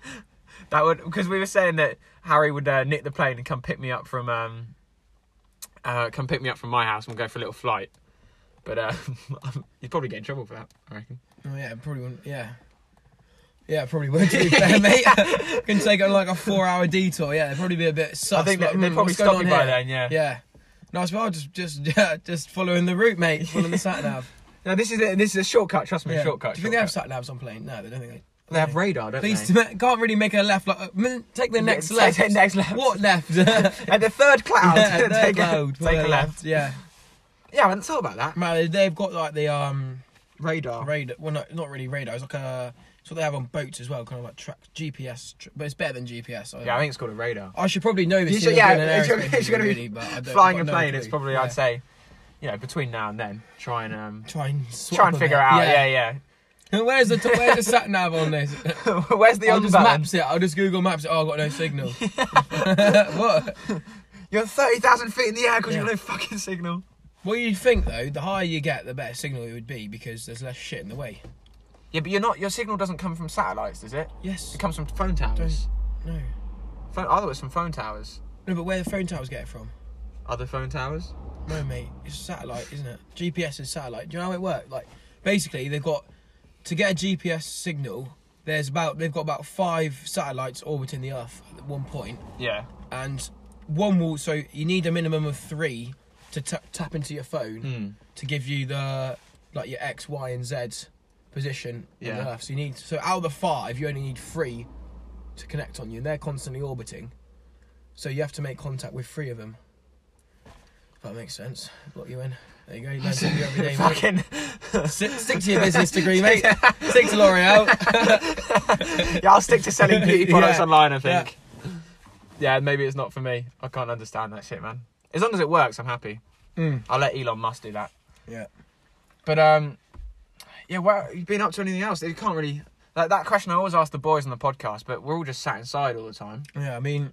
[SPEAKER 1] That would because we were saying that Harry would uh, nick the plane and come pick me up from um, uh, come pick me up from my house and we'll go for a little flight. But uh, (laughs) you'd probably get in trouble for that, I reckon.
[SPEAKER 2] Oh, yeah, it probably wouldn't. Yeah. Yeah, it probably would. To be fair,
[SPEAKER 1] (laughs)
[SPEAKER 2] mate. (laughs) Can take on like a four-hour detour. Yeah, it'd probably be a bit sus.
[SPEAKER 1] I think
[SPEAKER 2] like,
[SPEAKER 1] they- they'd
[SPEAKER 2] "Hmm,
[SPEAKER 1] probably
[SPEAKER 2] what's going
[SPEAKER 1] stop
[SPEAKER 2] on
[SPEAKER 1] you by
[SPEAKER 2] here?"
[SPEAKER 1] then, yeah.
[SPEAKER 2] Yeah. No, as well, just just (laughs) yeah, just following the route, mate. Following the sat nav.
[SPEAKER 1] No, this is a, this is (laughs) a shortcut. Trust me,
[SPEAKER 2] Yeah.
[SPEAKER 1] shortcut.
[SPEAKER 2] Do you think they have
[SPEAKER 1] shortcut.
[SPEAKER 2] sat navs on plane? No, they don't think they.
[SPEAKER 1] they have radar? Don't
[SPEAKER 2] Please
[SPEAKER 1] (laughs) they?
[SPEAKER 2] ma- (laughs) can't really make a left. Like, uh, mm, take the
[SPEAKER 1] (laughs)
[SPEAKER 2] next
[SPEAKER 1] take
[SPEAKER 2] left.
[SPEAKER 1] the next left.
[SPEAKER 2] What
[SPEAKER 1] (laughs)
[SPEAKER 2] left? (laughs)
[SPEAKER 1] At the third cloud, (laughs)
[SPEAKER 2] Yeah,
[SPEAKER 1] take, a-
[SPEAKER 2] they're loud, (laughs)
[SPEAKER 1] take a
[SPEAKER 2] they're
[SPEAKER 1] left.
[SPEAKER 2] Yeah,
[SPEAKER 1] Yeah, I hadn't thought about that.
[SPEAKER 2] man, they've got like the um
[SPEAKER 1] Radar.
[SPEAKER 2] radar. Well, no, not really radar. It's like a. It's what they have on boats as well, kind of like track GPS, tr- but it's better than GPS. I,
[SPEAKER 1] Yeah, I think it's called a radar.
[SPEAKER 2] I should probably know this.
[SPEAKER 1] You should-
[SPEAKER 2] if
[SPEAKER 1] yeah,
[SPEAKER 2] I'm doing an
[SPEAKER 1] if you're,
[SPEAKER 2] aerospace
[SPEAKER 1] if you're going
[SPEAKER 2] degree,
[SPEAKER 1] to
[SPEAKER 2] but I don't-
[SPEAKER 1] be
[SPEAKER 2] I've
[SPEAKER 1] flying a
[SPEAKER 2] got no
[SPEAKER 1] plane,
[SPEAKER 2] clue.
[SPEAKER 1] it's probably
[SPEAKER 2] Yeah.
[SPEAKER 1] I'd say, you know, between now and then, try and um,
[SPEAKER 2] try and swap
[SPEAKER 1] try and
[SPEAKER 2] a
[SPEAKER 1] figure
[SPEAKER 2] bit.
[SPEAKER 1] out. Yeah, yeah.
[SPEAKER 2] (laughs) Where's the t- where's the sat nav on this?
[SPEAKER 1] Where's (laughs) the
[SPEAKER 2] I'll
[SPEAKER 1] on
[SPEAKER 2] just
[SPEAKER 1] button?
[SPEAKER 2] maps it. I'll just Google Maps it. Oh, I've got
[SPEAKER 1] (laughs)
[SPEAKER 2] no signal. (laughs) what?
[SPEAKER 1] You're thirty thousand feet in the air because
[SPEAKER 2] Yeah.
[SPEAKER 1] you've got no fucking signal.
[SPEAKER 2] Well, you'd think though, the higher you get, the better signal it would be because there's less shit in the way.
[SPEAKER 1] Yeah, but you're not. Your signal doesn't come from satellites, does it?
[SPEAKER 2] Yes.
[SPEAKER 1] It comes from phone towers.
[SPEAKER 2] No.
[SPEAKER 1] Phone, I thought it was from phone towers.
[SPEAKER 2] No, but where the phone towers get it from?
[SPEAKER 1] Other phone towers.
[SPEAKER 2] No, mate. It's satellite, isn't it? GPS is satellite. Do you know how it worked? Like, basically, they've got to get a GPS signal. There's about they've got about five satellites orbiting the Earth at one point,
[SPEAKER 1] Yeah.
[SPEAKER 2] and one will. So you need a minimum of three to ta- tap into your phone to give you the like your X, Y, and Z position on
[SPEAKER 1] Yeah.
[SPEAKER 2] the Earth. So you need so out of the five, you only need three to connect on you, and they're constantly orbiting. So you have to make contact with three of them. If that makes sense. Lock you in. There you go. You learn something
[SPEAKER 1] (laughs)
[SPEAKER 2] new every day, mate. (laughs)
[SPEAKER 1] Fucking.
[SPEAKER 2] Stick, stick to your business degree, mate. stick to L'Oreal. (laughs)
[SPEAKER 1] yeah, I'll stick to selling beauty products
[SPEAKER 2] Yeah.
[SPEAKER 1] online. I
[SPEAKER 2] Yeah.
[SPEAKER 1] think. yeah, maybe it's not for me. I can't understand that shit, man. As long as it works, I'm happy.
[SPEAKER 2] Mm.
[SPEAKER 1] I'll let Elon Musk do that.
[SPEAKER 2] (laughs) Yeah.
[SPEAKER 1] But um, yeah. Well, you been up to anything else? You can't really. That, that question I always ask the boys on the podcast, but we're all just sat inside all the time.
[SPEAKER 2] Yeah, I mean,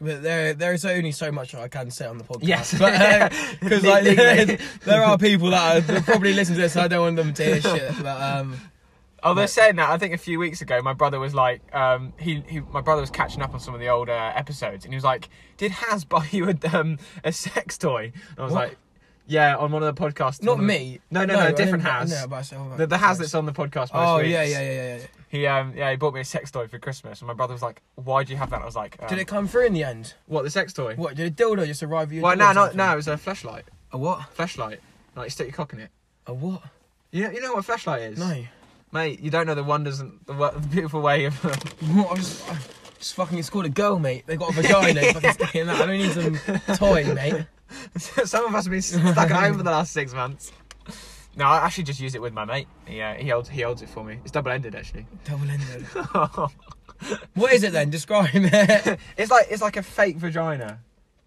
[SPEAKER 2] but there there is only so much that I can say on the podcast.
[SPEAKER 1] Yes. (laughs)
[SPEAKER 2] because like
[SPEAKER 1] Legally.
[SPEAKER 2] (laughs) there are people that are, probably listen to this. and I don't want them to hear shit. But um,
[SPEAKER 1] Although Oh, saying that, I think a few weeks ago, my brother was like, um, he, he my brother was catching up on some of the older episodes, and he was like, "Did Has buy you a um, a sex toy?" And I was
[SPEAKER 2] What?
[SPEAKER 1] like, "Yeah, on one of the podcasts."
[SPEAKER 2] not
[SPEAKER 1] one of the-
[SPEAKER 2] me.
[SPEAKER 1] No, no, no,
[SPEAKER 2] I
[SPEAKER 1] different
[SPEAKER 2] didn't-
[SPEAKER 1] Has.
[SPEAKER 2] No, but I said, oh,
[SPEAKER 1] the, the Has that's on the podcast. Most
[SPEAKER 2] Oh
[SPEAKER 1] weeks.
[SPEAKER 2] yeah, yeah, yeah, yeah, yeah.
[SPEAKER 1] He um yeah he bought me a sex toy for Christmas, and my brother was like, "Why do you have that?" I was like, um,
[SPEAKER 2] Did it come through in the end?
[SPEAKER 1] "What the sex toy?"
[SPEAKER 2] What did a dildo just arrive at your
[SPEAKER 1] Well,
[SPEAKER 2] door
[SPEAKER 1] no,
[SPEAKER 2] or
[SPEAKER 1] no,
[SPEAKER 2] something?
[SPEAKER 1] no, it was a flashlight.
[SPEAKER 2] A what?
[SPEAKER 1] Flashlight. Like you stick your cock in it.
[SPEAKER 2] A what?
[SPEAKER 1] You know, you know what a flashlight is. (laughs)
[SPEAKER 2] No.
[SPEAKER 1] mate, you don't know the wonders and the, wo- the beautiful way of. (laughs)
[SPEAKER 2] What? I was I just fucking. It's called a girl, mate. They got a vagina. fucking sticking that. I don't need
[SPEAKER 1] (laughs)
[SPEAKER 2] some toy, mate.
[SPEAKER 1] Some of us have been stuck at home for the last six months. No, I actually just use it with my mate. Yeah, he holds he holds it for me. It's double ended (laughs) actually.
[SPEAKER 2] Double ended. What is it then? Describe it.
[SPEAKER 1] it's like it's like a fake vagina,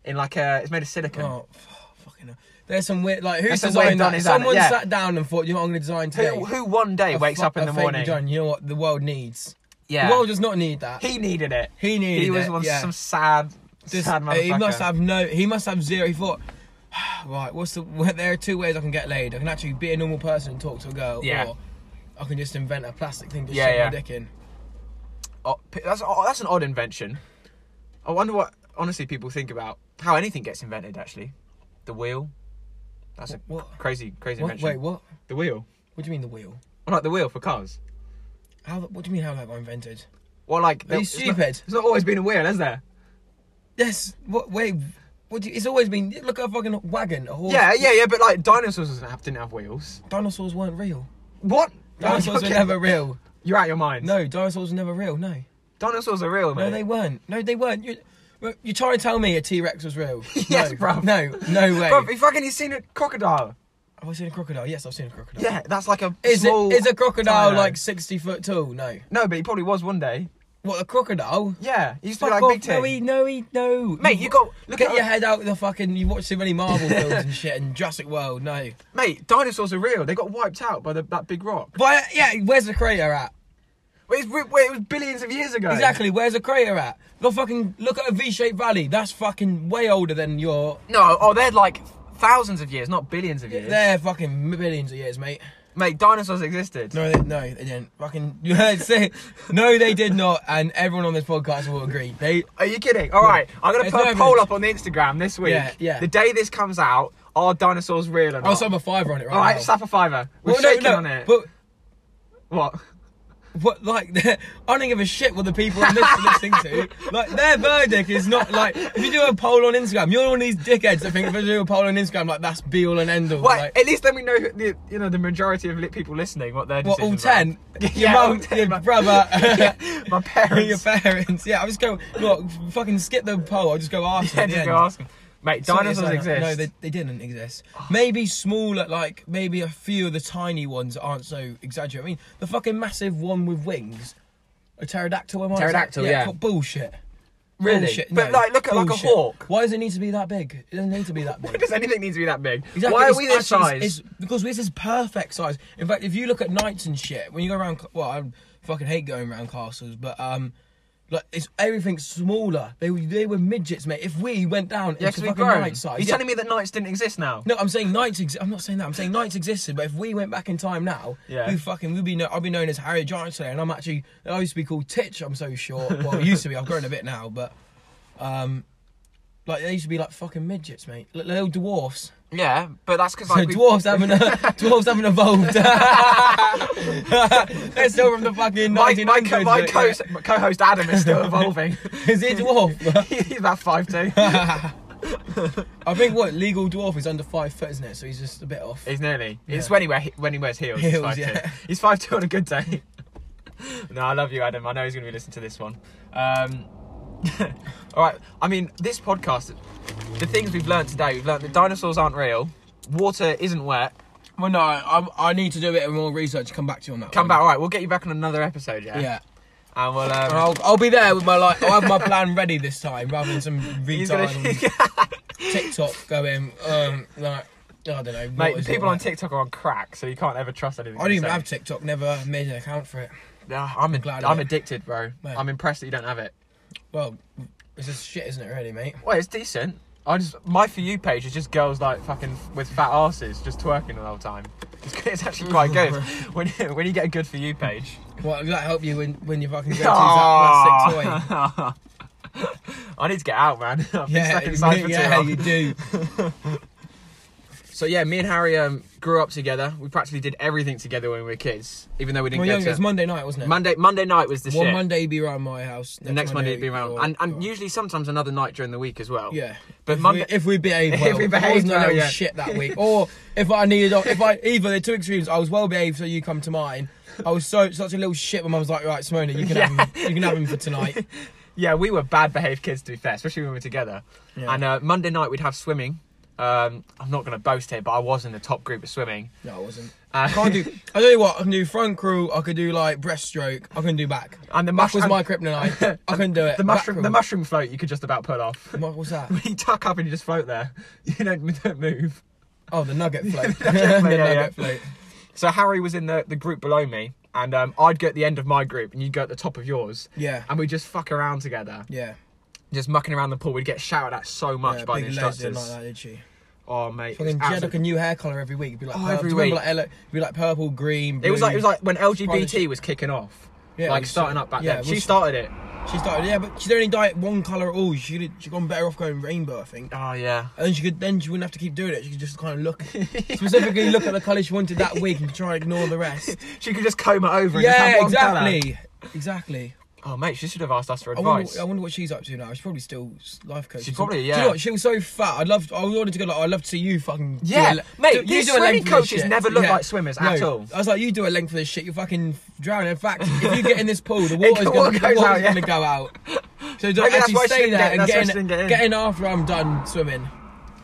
[SPEAKER 1] in like a it's made of silicone.
[SPEAKER 2] oh, f- fucking. hell. There's some weird. Like who
[SPEAKER 1] That's a
[SPEAKER 2] designed
[SPEAKER 1] waved on
[SPEAKER 2] that?
[SPEAKER 1] his hand,
[SPEAKER 2] Someone
[SPEAKER 1] yeah.
[SPEAKER 2] sat down and thought, you know, what I'm gonna design today.
[SPEAKER 1] Who, who one day
[SPEAKER 2] A
[SPEAKER 1] wakes
[SPEAKER 2] fu-
[SPEAKER 1] up in
[SPEAKER 2] a
[SPEAKER 1] the
[SPEAKER 2] fake
[SPEAKER 1] morning?
[SPEAKER 2] vagina. You know what? The world needs.
[SPEAKER 1] Yeah,
[SPEAKER 2] The world does not need that.
[SPEAKER 1] he needed it. uh,
[SPEAKER 2] He needed
[SPEAKER 1] He was
[SPEAKER 2] it,
[SPEAKER 1] one,
[SPEAKER 2] yeah.
[SPEAKER 1] some sad,
[SPEAKER 2] Just- eh,
[SPEAKER 1] sad motherfucker.
[SPEAKER 2] he must have no. He must have zero. He thought. (sighs) Right, what's the? (laughs) Well, there are two ways I can get laid. I can actually be a normal person and talk to a girl,
[SPEAKER 1] Yeah.
[SPEAKER 2] or I can just invent a plastic thing to
[SPEAKER 1] Yeah,
[SPEAKER 2] shove
[SPEAKER 1] yeah.
[SPEAKER 2] my dick in.
[SPEAKER 1] Oh, p- that's oh, that's an odd invention. I wonder what honestly people think about how anything gets invented. Actually, the wheel. That's a
[SPEAKER 2] What?
[SPEAKER 1] crazy, crazy
[SPEAKER 2] What?
[SPEAKER 1] invention.
[SPEAKER 2] Wait, what?
[SPEAKER 1] The wheel.
[SPEAKER 2] What do you mean the wheel?
[SPEAKER 1] Well, like the wheel for cars.
[SPEAKER 2] How? What do you mean how that got invented?
[SPEAKER 1] Well, like
[SPEAKER 2] Are you
[SPEAKER 1] it's not-
[SPEAKER 2] stupid?
[SPEAKER 1] There's not always been a wheel, has there?
[SPEAKER 2] Yes. What? Wait. What? Do you, it's always been. Look at a fucking wagon. A horse.
[SPEAKER 1] Yeah, yeah, yeah. But like dinosaurs didn't have, didn't have wheels.
[SPEAKER 2] Dinosaurs weren't real.
[SPEAKER 1] What?
[SPEAKER 2] Dinosaurs were
[SPEAKER 1] Okay.
[SPEAKER 2] never real.
[SPEAKER 1] You're out of your mind.
[SPEAKER 2] No, dinosaurs were never real. No.
[SPEAKER 1] dinosaurs are real,
[SPEAKER 2] No,
[SPEAKER 1] man.
[SPEAKER 2] they weren't. No, they weren't. You, you're trying to tell me a T Rex was real?
[SPEAKER 1] (laughs) Yes,
[SPEAKER 2] no,
[SPEAKER 1] bruv.
[SPEAKER 2] No,
[SPEAKER 1] (laughs)
[SPEAKER 2] no way.
[SPEAKER 1] Bro, you fucking you seen a crocodile?
[SPEAKER 2] Have I seen a crocodile? Yes, I've seen a crocodile.
[SPEAKER 1] Yeah, that's like a
[SPEAKER 2] Is
[SPEAKER 1] small.
[SPEAKER 2] it is a crocodile
[SPEAKER 1] dino.
[SPEAKER 2] like sixty foot tall? No.
[SPEAKER 1] No, but he probably was one day.
[SPEAKER 2] What a crocodile?
[SPEAKER 1] Yeah, he used to be
[SPEAKER 2] Fuck
[SPEAKER 1] like
[SPEAKER 2] off.
[SPEAKER 1] big
[SPEAKER 2] no,
[SPEAKER 1] Tim.
[SPEAKER 2] he, no, he, no.
[SPEAKER 1] Mate, you got- look
[SPEAKER 2] get
[SPEAKER 1] at-
[SPEAKER 2] your head out of the fucking. You watch so many
[SPEAKER 1] (laughs)
[SPEAKER 2] Marvel films and shit and Jurassic World. No.
[SPEAKER 1] Mate, dinosaurs are real. They got wiped out by the, that big rock.
[SPEAKER 2] But uh, yeah, where's the crater at?
[SPEAKER 1] Wait, it's, wait, it was billions of years ago.
[SPEAKER 2] Exactly, where's the crater at? The fucking look at a V-shaped valley. That's fucking way older than your.
[SPEAKER 1] No, oh, they're like thousands of years, not billions of years.
[SPEAKER 2] They're fucking billions of years, mate.
[SPEAKER 1] Mate, dinosaurs existed.
[SPEAKER 2] No, they, no, they didn't. Fucking (laughs) say no, they did not. And everyone on this podcast will agree. They
[SPEAKER 1] Are you kidding? All right, I'm gonna
[SPEAKER 2] There's
[SPEAKER 1] put
[SPEAKER 2] no
[SPEAKER 1] a poll
[SPEAKER 2] evidence.
[SPEAKER 1] up on the Instagram this week.
[SPEAKER 2] Yeah, yeah.
[SPEAKER 1] The day this comes out, are dinosaurs real or not?
[SPEAKER 2] I'll slap a fiver on it right
[SPEAKER 1] All right,
[SPEAKER 2] now.
[SPEAKER 1] slap a fiver. We're
[SPEAKER 2] no,
[SPEAKER 1] shaking
[SPEAKER 2] no,
[SPEAKER 1] on it.
[SPEAKER 2] But
[SPEAKER 1] what?
[SPEAKER 2] what like (laughs) I don't give a shit what the people are listening, listening to. Like their verdict is not like if you do a poll on Instagram, you're all these dickheads that think if I do a poll on Instagram, like that's be all and end all.
[SPEAKER 1] Wait,
[SPEAKER 2] like,
[SPEAKER 1] at least let me know who the you know the majority of li- people listening what their
[SPEAKER 2] what all
[SPEAKER 1] decisions
[SPEAKER 2] ten?
[SPEAKER 1] are.
[SPEAKER 2] Your
[SPEAKER 1] (laughs) yeah, all
[SPEAKER 2] mum,
[SPEAKER 1] 10,
[SPEAKER 2] your
[SPEAKER 1] my-
[SPEAKER 2] brother,
[SPEAKER 1] (laughs)
[SPEAKER 2] (laughs)
[SPEAKER 1] my parents.
[SPEAKER 2] your parents. Yeah, I just go. Look, fucking skip the poll. I just go ask.
[SPEAKER 1] yeah,
[SPEAKER 2] at the
[SPEAKER 1] just
[SPEAKER 2] end.
[SPEAKER 1] go ask them. Mate, dinosaurs
[SPEAKER 2] Something like that.
[SPEAKER 1] exist.
[SPEAKER 2] No, they, they didn't exist. Maybe smaller, like maybe a few of the tiny ones aren't so exaggerated. I mean, the fucking massive one with wings, a pterodactyl. Am I right?
[SPEAKER 1] Pterodactyl, yeah.
[SPEAKER 2] bu- Bullshit.
[SPEAKER 1] Really?
[SPEAKER 2] Bullshit,
[SPEAKER 1] But,
[SPEAKER 2] no,
[SPEAKER 1] like, look at, like, a
[SPEAKER 2] bullshit.
[SPEAKER 1] hawk.
[SPEAKER 2] Why does it need to be that big? It doesn't need to
[SPEAKER 1] (laughs)
[SPEAKER 2] be that big.
[SPEAKER 1] Does anything need to be that big?
[SPEAKER 2] Exactly,
[SPEAKER 1] Why are
[SPEAKER 2] it's
[SPEAKER 1] we this
[SPEAKER 2] actually-
[SPEAKER 1] size?
[SPEAKER 2] It's, it's because this is perfect size. In fact, if you look at knights and shit, when you go around, well, I fucking hate going around castles, but um, like it's everything's smaller. They were they were midgets, mate. If we went
[SPEAKER 1] yeah,
[SPEAKER 2] down into
[SPEAKER 1] because we've
[SPEAKER 2] fucking
[SPEAKER 1] grown.
[SPEAKER 2] knight size,
[SPEAKER 1] You're
[SPEAKER 2] yeah.
[SPEAKER 1] telling me that knights didn't exist now?
[SPEAKER 2] No, I'm saying knights. Ex- I'm not saying that. I'm saying knights existed, but if we went back in time now,
[SPEAKER 1] Yeah.
[SPEAKER 2] we fucking we'd be. Kno- I'd be known as Harry Giant Slayer, and I'm actually. I used to be called Titch. I'm so short. Well, I used to be. I've grown a bit now, but um, like they used to be like fucking midgets, mate. Li- Little dwarfs.
[SPEAKER 1] Yeah, but that's because
[SPEAKER 2] So
[SPEAKER 1] like we-
[SPEAKER 2] dwarfs haven't uh,
[SPEAKER 1] (laughs)
[SPEAKER 2] dwarfs haven't evolved. (laughs) They're still from the fucking
[SPEAKER 1] my, my, co-
[SPEAKER 2] 1900s.
[SPEAKER 1] my
[SPEAKER 2] mate.
[SPEAKER 1] co- my co-host Adam is
[SPEAKER 2] (laughs)
[SPEAKER 1] still evolving.
[SPEAKER 2] Is he a dwarf? (laughs)
[SPEAKER 1] He's about five two.
[SPEAKER 2] I think what legal dwarf is under five foot, isn't it? So he's just a bit off.
[SPEAKER 1] He's nearly. It's
[SPEAKER 2] Yeah.
[SPEAKER 1] when he wear, when he wears heels. he's
[SPEAKER 2] Heels,
[SPEAKER 1] 5'2".
[SPEAKER 2] yeah.
[SPEAKER 1] He's five two on a good day. (laughs) no, I love you, Adam. I know he's going to be listening to this one. Um, (laughs) all right. I mean, this podcast. The things we've learned today. We've learned that dinosaurs aren't real. Water isn't wet.
[SPEAKER 2] Well, no, I, I need to do a bit more research. Come back to you on that.
[SPEAKER 1] Come
[SPEAKER 2] one.
[SPEAKER 1] back. All right. We'll get you back on another episode. Yeah.
[SPEAKER 2] Yeah.
[SPEAKER 1] and we'll.
[SPEAKER 2] And
[SPEAKER 1] Um,
[SPEAKER 2] I'll, I'll be there with my like. I'll have my plan ready this time rather than some
[SPEAKER 1] (laughs) he's gonna.
[SPEAKER 2] retard on TikTok going. Um, like I don't know. what
[SPEAKER 1] Mate,
[SPEAKER 2] is it
[SPEAKER 1] people on
[SPEAKER 2] like?
[SPEAKER 1] TikTok are on crack, so you can't ever trust anything.
[SPEAKER 2] I don't
[SPEAKER 1] they
[SPEAKER 2] even
[SPEAKER 1] say.
[SPEAKER 2] have TikTok. Never made an account for it.
[SPEAKER 1] Yeah, I'm, in,
[SPEAKER 2] glad of
[SPEAKER 1] I'm
[SPEAKER 2] it.
[SPEAKER 1] addicted, bro.
[SPEAKER 2] Mate.
[SPEAKER 1] I'm impressed that you don't have it.
[SPEAKER 2] Well, it's just shit, isn't it? Really, mate.
[SPEAKER 1] Well, it's decent. I just my for you page is just girls like fucking with fat asses just twerking the whole time. (laughs) It's, good- it's actually quite
[SPEAKER 2] (laughs)
[SPEAKER 1] good when you, when you get a good for you page.
[SPEAKER 2] What does that help you when when you fucking go to that
[SPEAKER 1] (laughs)
[SPEAKER 2] plastic toy?
[SPEAKER 1] Aw. (laughs) I need to get out, man. I've been
[SPEAKER 2] Yeah, (laughs)
[SPEAKER 1] stuck inside
[SPEAKER 2] you,
[SPEAKER 1] for too
[SPEAKER 2] yeah,
[SPEAKER 1] long.
[SPEAKER 2] you
[SPEAKER 1] (laughs)
[SPEAKER 2] do.
[SPEAKER 1] So yeah, me and Harry um, grew up together. We practically did everything together when we were kids, even though we didn't
[SPEAKER 2] My
[SPEAKER 1] go
[SPEAKER 2] youngest
[SPEAKER 1] to
[SPEAKER 2] Monday night, wasn't it?
[SPEAKER 1] Monday. Monday night was the
[SPEAKER 2] One
[SPEAKER 1] shit.
[SPEAKER 2] Monday he'd be around my house.
[SPEAKER 1] the next Monday it'd be around,
[SPEAKER 2] or-
[SPEAKER 1] and and
[SPEAKER 2] or-
[SPEAKER 1] usually sometimes another night during the week as well.
[SPEAKER 2] Yeah.
[SPEAKER 1] But
[SPEAKER 2] if
[SPEAKER 1] Monday-
[SPEAKER 2] we, if we behaved
[SPEAKER 1] If
[SPEAKER 2] well,
[SPEAKER 1] we
[SPEAKER 2] if I
[SPEAKER 1] behaved
[SPEAKER 2] wasn't a
[SPEAKER 1] well,
[SPEAKER 2] little
[SPEAKER 1] yeah.
[SPEAKER 2] shit that week, or if I needed, if I either the two extremes, I was well behaved, so you come to mine. I was so such a little shit. My mum was like, right, Simona, you can have him, you can have him for tonight.
[SPEAKER 1] Yeah, we were bad behaved kids to be fair, especially when we were together.
[SPEAKER 2] Yeah.
[SPEAKER 1] And uh, Monday night we'd have swimming. Um, I'm not going to boast here, but I was in the top group at swimming.
[SPEAKER 2] No, I wasn't.
[SPEAKER 1] Uh, (laughs)
[SPEAKER 2] I can't do. I tell you what, I can do front crawl. I could do like breaststroke. I couldn't do back.
[SPEAKER 1] And the
[SPEAKER 2] back
[SPEAKER 1] mush-
[SPEAKER 2] was
[SPEAKER 1] and-
[SPEAKER 2] my kryptonite. I couldn't do it.
[SPEAKER 1] (laughs) the
[SPEAKER 2] Back
[SPEAKER 1] mushroom,
[SPEAKER 2] crawl.
[SPEAKER 1] the mushroom float, you could just about pull off. (laughs)
[SPEAKER 2] What was that?
[SPEAKER 1] you tuck up and you just float there. (laughs) You don't, don't move.
[SPEAKER 2] Oh, the
[SPEAKER 1] (laughs)
[SPEAKER 2] nugget float. (laughs) the
[SPEAKER 1] yeah, yeah.
[SPEAKER 2] nugget float.
[SPEAKER 1] So Harry was in the, the group below me, and um, I'd go at the end of my group, and you'd go at the top of yours.
[SPEAKER 2] Yeah.
[SPEAKER 1] And we would just fuck around together,
[SPEAKER 2] Yeah.
[SPEAKER 1] just mucking around the pool. We'd get shouted at so much
[SPEAKER 2] yeah
[SPEAKER 1] by the
[SPEAKER 2] big Les didn't like
[SPEAKER 1] instructors.
[SPEAKER 2] that, did she?
[SPEAKER 1] Oh mate, it was,
[SPEAKER 2] Fucking Jed
[SPEAKER 1] absolute-
[SPEAKER 2] like a new hair color every week. It'd be like
[SPEAKER 1] Oh,
[SPEAKER 2] purple.
[SPEAKER 1] every
[SPEAKER 2] Do you remember,
[SPEAKER 1] week.
[SPEAKER 2] Like, yellow- it'd be like purple, green.
[SPEAKER 1] it was like it
[SPEAKER 2] blue.
[SPEAKER 1] was like when
[SPEAKER 2] Spanish-
[SPEAKER 1] LGBT was kicking off,
[SPEAKER 2] Yeah, it
[SPEAKER 1] like
[SPEAKER 2] was-
[SPEAKER 1] starting up back
[SPEAKER 2] yeah,
[SPEAKER 1] then.
[SPEAKER 2] it
[SPEAKER 1] She
[SPEAKER 2] was-
[SPEAKER 1] started it.
[SPEAKER 2] She started, yeah, but she'd only dye it one colour at all. She could she'd gone better off going rainbow, I think.
[SPEAKER 1] Oh yeah.
[SPEAKER 2] And then she could then she wouldn't have to keep doing it. She could just kind
[SPEAKER 1] (laughs)
[SPEAKER 2] of look specifically look at the colour she wanted that week and try and ignore the rest.
[SPEAKER 1] She could just comb it over. And just have
[SPEAKER 2] yeah,
[SPEAKER 1] one colour.
[SPEAKER 2] exactly. Exactly.
[SPEAKER 1] Oh mate, she should have asked us for
[SPEAKER 2] I wonder,
[SPEAKER 1] advice.
[SPEAKER 2] I wonder what she's up to now. She's probably still life coach.
[SPEAKER 1] She's probably-
[SPEAKER 2] Do you
[SPEAKER 1] yeah.
[SPEAKER 2] know what? She was so fat. I'd love. I wanted to go. Like, I'd love to see you fucking.
[SPEAKER 1] Yeah,
[SPEAKER 2] do a, le-
[SPEAKER 1] mate,
[SPEAKER 2] do-
[SPEAKER 1] you
[SPEAKER 2] do a length
[SPEAKER 1] swimming
[SPEAKER 2] for this
[SPEAKER 1] coaches
[SPEAKER 2] shit.
[SPEAKER 1] never look like swimmers
[SPEAKER 2] No.
[SPEAKER 1] at all.
[SPEAKER 2] I was like, you do a length for this shit. You're fucking drowning. In fact, if you get in this
[SPEAKER 1] (laughs)
[SPEAKER 2] pool, the
[SPEAKER 1] It
[SPEAKER 2] water's
[SPEAKER 1] go-
[SPEAKER 2] gonna,
[SPEAKER 1] goes
[SPEAKER 2] the water's
[SPEAKER 1] out, yeah.
[SPEAKER 2] gonna go out. So
[SPEAKER 1] Maybe
[SPEAKER 2] don't
[SPEAKER 1] that's
[SPEAKER 2] actually
[SPEAKER 1] why she
[SPEAKER 2] stay
[SPEAKER 1] didn't
[SPEAKER 2] there
[SPEAKER 1] get- that's
[SPEAKER 2] and
[SPEAKER 1] why
[SPEAKER 2] get
[SPEAKER 1] she
[SPEAKER 2] in,
[SPEAKER 1] didn't get in.
[SPEAKER 2] get in after I'm done swimming.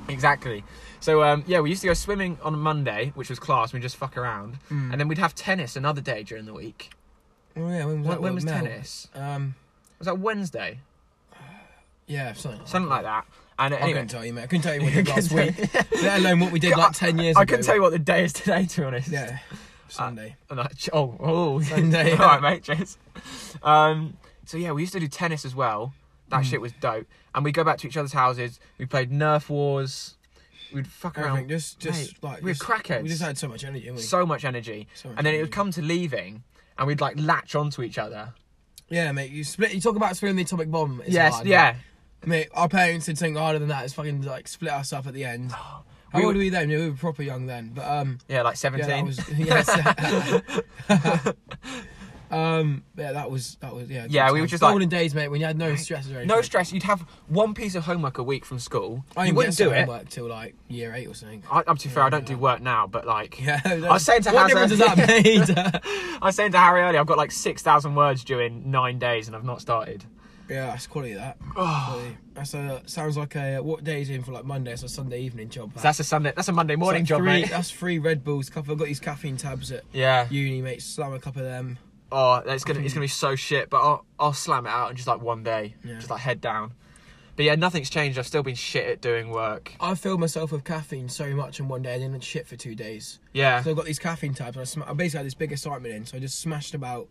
[SPEAKER 1] Exactly. So um, yeah, we used to go swimming on a Monday, which was class. We just fuck around,
[SPEAKER 2] Hmm.
[SPEAKER 1] and then we'd have tennis another day during the week.
[SPEAKER 2] Oh yeah, when
[SPEAKER 1] When,
[SPEAKER 2] was, that
[SPEAKER 1] when was
[SPEAKER 2] with Mel?
[SPEAKER 1] tennis?
[SPEAKER 2] Um,
[SPEAKER 1] Was that Wednesday?
[SPEAKER 2] yeah, something. Like that.
[SPEAKER 1] Something like that. And uh,
[SPEAKER 2] I
[SPEAKER 1] anyway,
[SPEAKER 2] couldn't tell you, mate. I couldn't
[SPEAKER 1] (laughs)
[SPEAKER 2] tell you what we did
[SPEAKER 1] couldn't
[SPEAKER 2] last
[SPEAKER 1] tell
[SPEAKER 2] week, let alone what we did like ten years
[SPEAKER 1] I,
[SPEAKER 2] ago.
[SPEAKER 1] couldn't tell you what the day is today, to be honest.
[SPEAKER 2] Yeah, Sunday.
[SPEAKER 1] I'm like, ch- oh, oh, (laughs)
[SPEAKER 2] Sunday,
[SPEAKER 1] All right,
[SPEAKER 2] yeah.
[SPEAKER 1] mate. Cheers. Um, so yeah, we used to do tennis as well.
[SPEAKER 2] Hmm.
[SPEAKER 1] That shit was dope. And we would go back to each other's houses. We played Nerf wars. We'd fuck around.
[SPEAKER 2] Everything just, just
[SPEAKER 1] Mate,
[SPEAKER 2] like
[SPEAKER 1] we were
[SPEAKER 2] just-
[SPEAKER 1] crackheads.
[SPEAKER 2] We just had so much energy. Didn't we?
[SPEAKER 1] so much energy.
[SPEAKER 2] So much
[SPEAKER 1] and then it
[SPEAKER 2] energy.
[SPEAKER 1] would come to leaving, and we'd like latch onto each other.
[SPEAKER 2] Yeah, mate. You split. You talk about splitting the atomic bomb. It's
[SPEAKER 1] yes,
[SPEAKER 2] hard,
[SPEAKER 1] yeah.
[SPEAKER 2] Mate. Mate, our parents did something harder than that. It's fucking like split us up at
[SPEAKER 1] (gasps)
[SPEAKER 2] the end. How
[SPEAKER 1] We
[SPEAKER 2] old
[SPEAKER 1] were-
[SPEAKER 2] were we then? Yeah, We were proper young then. But um,
[SPEAKER 1] Yeah, like 17.
[SPEAKER 2] yeah, that was (laughs) yes.
[SPEAKER 1] (laughs)
[SPEAKER 2] um, yeah, that was that was yeah.
[SPEAKER 1] Yeah,
[SPEAKER 2] good
[SPEAKER 1] we were
[SPEAKER 2] times.
[SPEAKER 1] just like-
[SPEAKER 2] golden days, mate. When you had no stress or anything.
[SPEAKER 1] no stress. You'd have one piece of homework a week from school. you
[SPEAKER 2] I didn't
[SPEAKER 1] wouldn't
[SPEAKER 2] get
[SPEAKER 1] do
[SPEAKER 2] do
[SPEAKER 1] it.
[SPEAKER 2] homework till like year eight or something. (laughs)
[SPEAKER 1] I, I'm too fair. I don't do work now, but like,
[SPEAKER 2] Yeah, (laughs)
[SPEAKER 1] I was saying to
[SPEAKER 2] what
[SPEAKER 1] Hazard-
[SPEAKER 2] difference does
[SPEAKER 1] (laughs)
[SPEAKER 2] that make?
[SPEAKER 1] I was saying to Harry earlier, I've got like six thousand words due in nine days, and I've not started.
[SPEAKER 2] yeah, that's quality. That Quality. that's a sounds like a uh, what day is in for like Monday? It's a Sunday evening job. that.
[SPEAKER 1] So that's a Sunday. That's a Monday morning
[SPEAKER 2] It's like
[SPEAKER 1] job,
[SPEAKER 2] three,
[SPEAKER 1] mate.
[SPEAKER 2] That's three Red Bulls. Cup. I've got these caffeine tabs at
[SPEAKER 1] (laughs) Yeah.
[SPEAKER 2] uni, mate. Slam a cup of them.
[SPEAKER 1] Oh, that's gonna it's gonna be so shit. But I'll I'll slam it out and just like one day,
[SPEAKER 2] Yeah.
[SPEAKER 1] just like head down. But yeah, nothing's changed. I've still been shit at doing work.
[SPEAKER 2] I filled myself with caffeine so much in one day, I didn't shit for two days.
[SPEAKER 1] Yeah.
[SPEAKER 2] So I've got these caffeine tabs. And I, sm- I basically had this big assignment in, so I just smashed about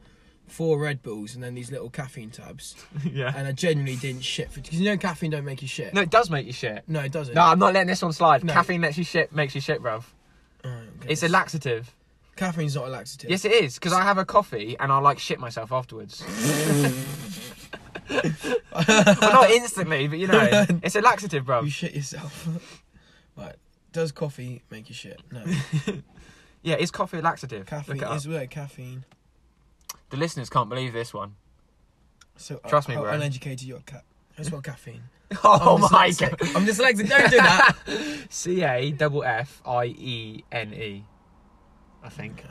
[SPEAKER 2] four Red Bulls and then these little
[SPEAKER 1] (laughs)
[SPEAKER 2] caffeine tabs.
[SPEAKER 1] (laughs) yeah.
[SPEAKER 2] and I genuinely didn't shit for because you know caffeine don't make you shit.
[SPEAKER 1] no, it does make you shit.
[SPEAKER 2] no, it doesn't.
[SPEAKER 1] No, I'm not letting this one slide.
[SPEAKER 2] No.
[SPEAKER 1] Caffeine lets you shit, makes you shit, bruv. It's a laxative.
[SPEAKER 2] caffeine's not a laxative.
[SPEAKER 1] Yes, it is. Because I have a coffee and I like shit myself afterwards.
[SPEAKER 2] (laughs)
[SPEAKER 1] well, not instantly, but you know, it's a laxative, bruv.
[SPEAKER 2] you shit yourself. (laughs) right. Does coffee make you shit?
[SPEAKER 1] (laughs)
[SPEAKER 2] No.
[SPEAKER 1] Yeah, is coffee a laxative?
[SPEAKER 2] Caffeine
[SPEAKER 1] Look it up.
[SPEAKER 2] is where caffeine.
[SPEAKER 1] The listeners can't believe this one.
[SPEAKER 2] So
[SPEAKER 1] Trust me,
[SPEAKER 2] how
[SPEAKER 1] bro.
[SPEAKER 2] uneducated you're cat. That's what caffeine.
[SPEAKER 1] (laughs) Oh
[SPEAKER 2] I'm
[SPEAKER 1] my god.
[SPEAKER 2] dyslexic.
[SPEAKER 1] (laughs)
[SPEAKER 2] I'm dyslexic. Don't do that.
[SPEAKER 1] C A double F I E N E. I think.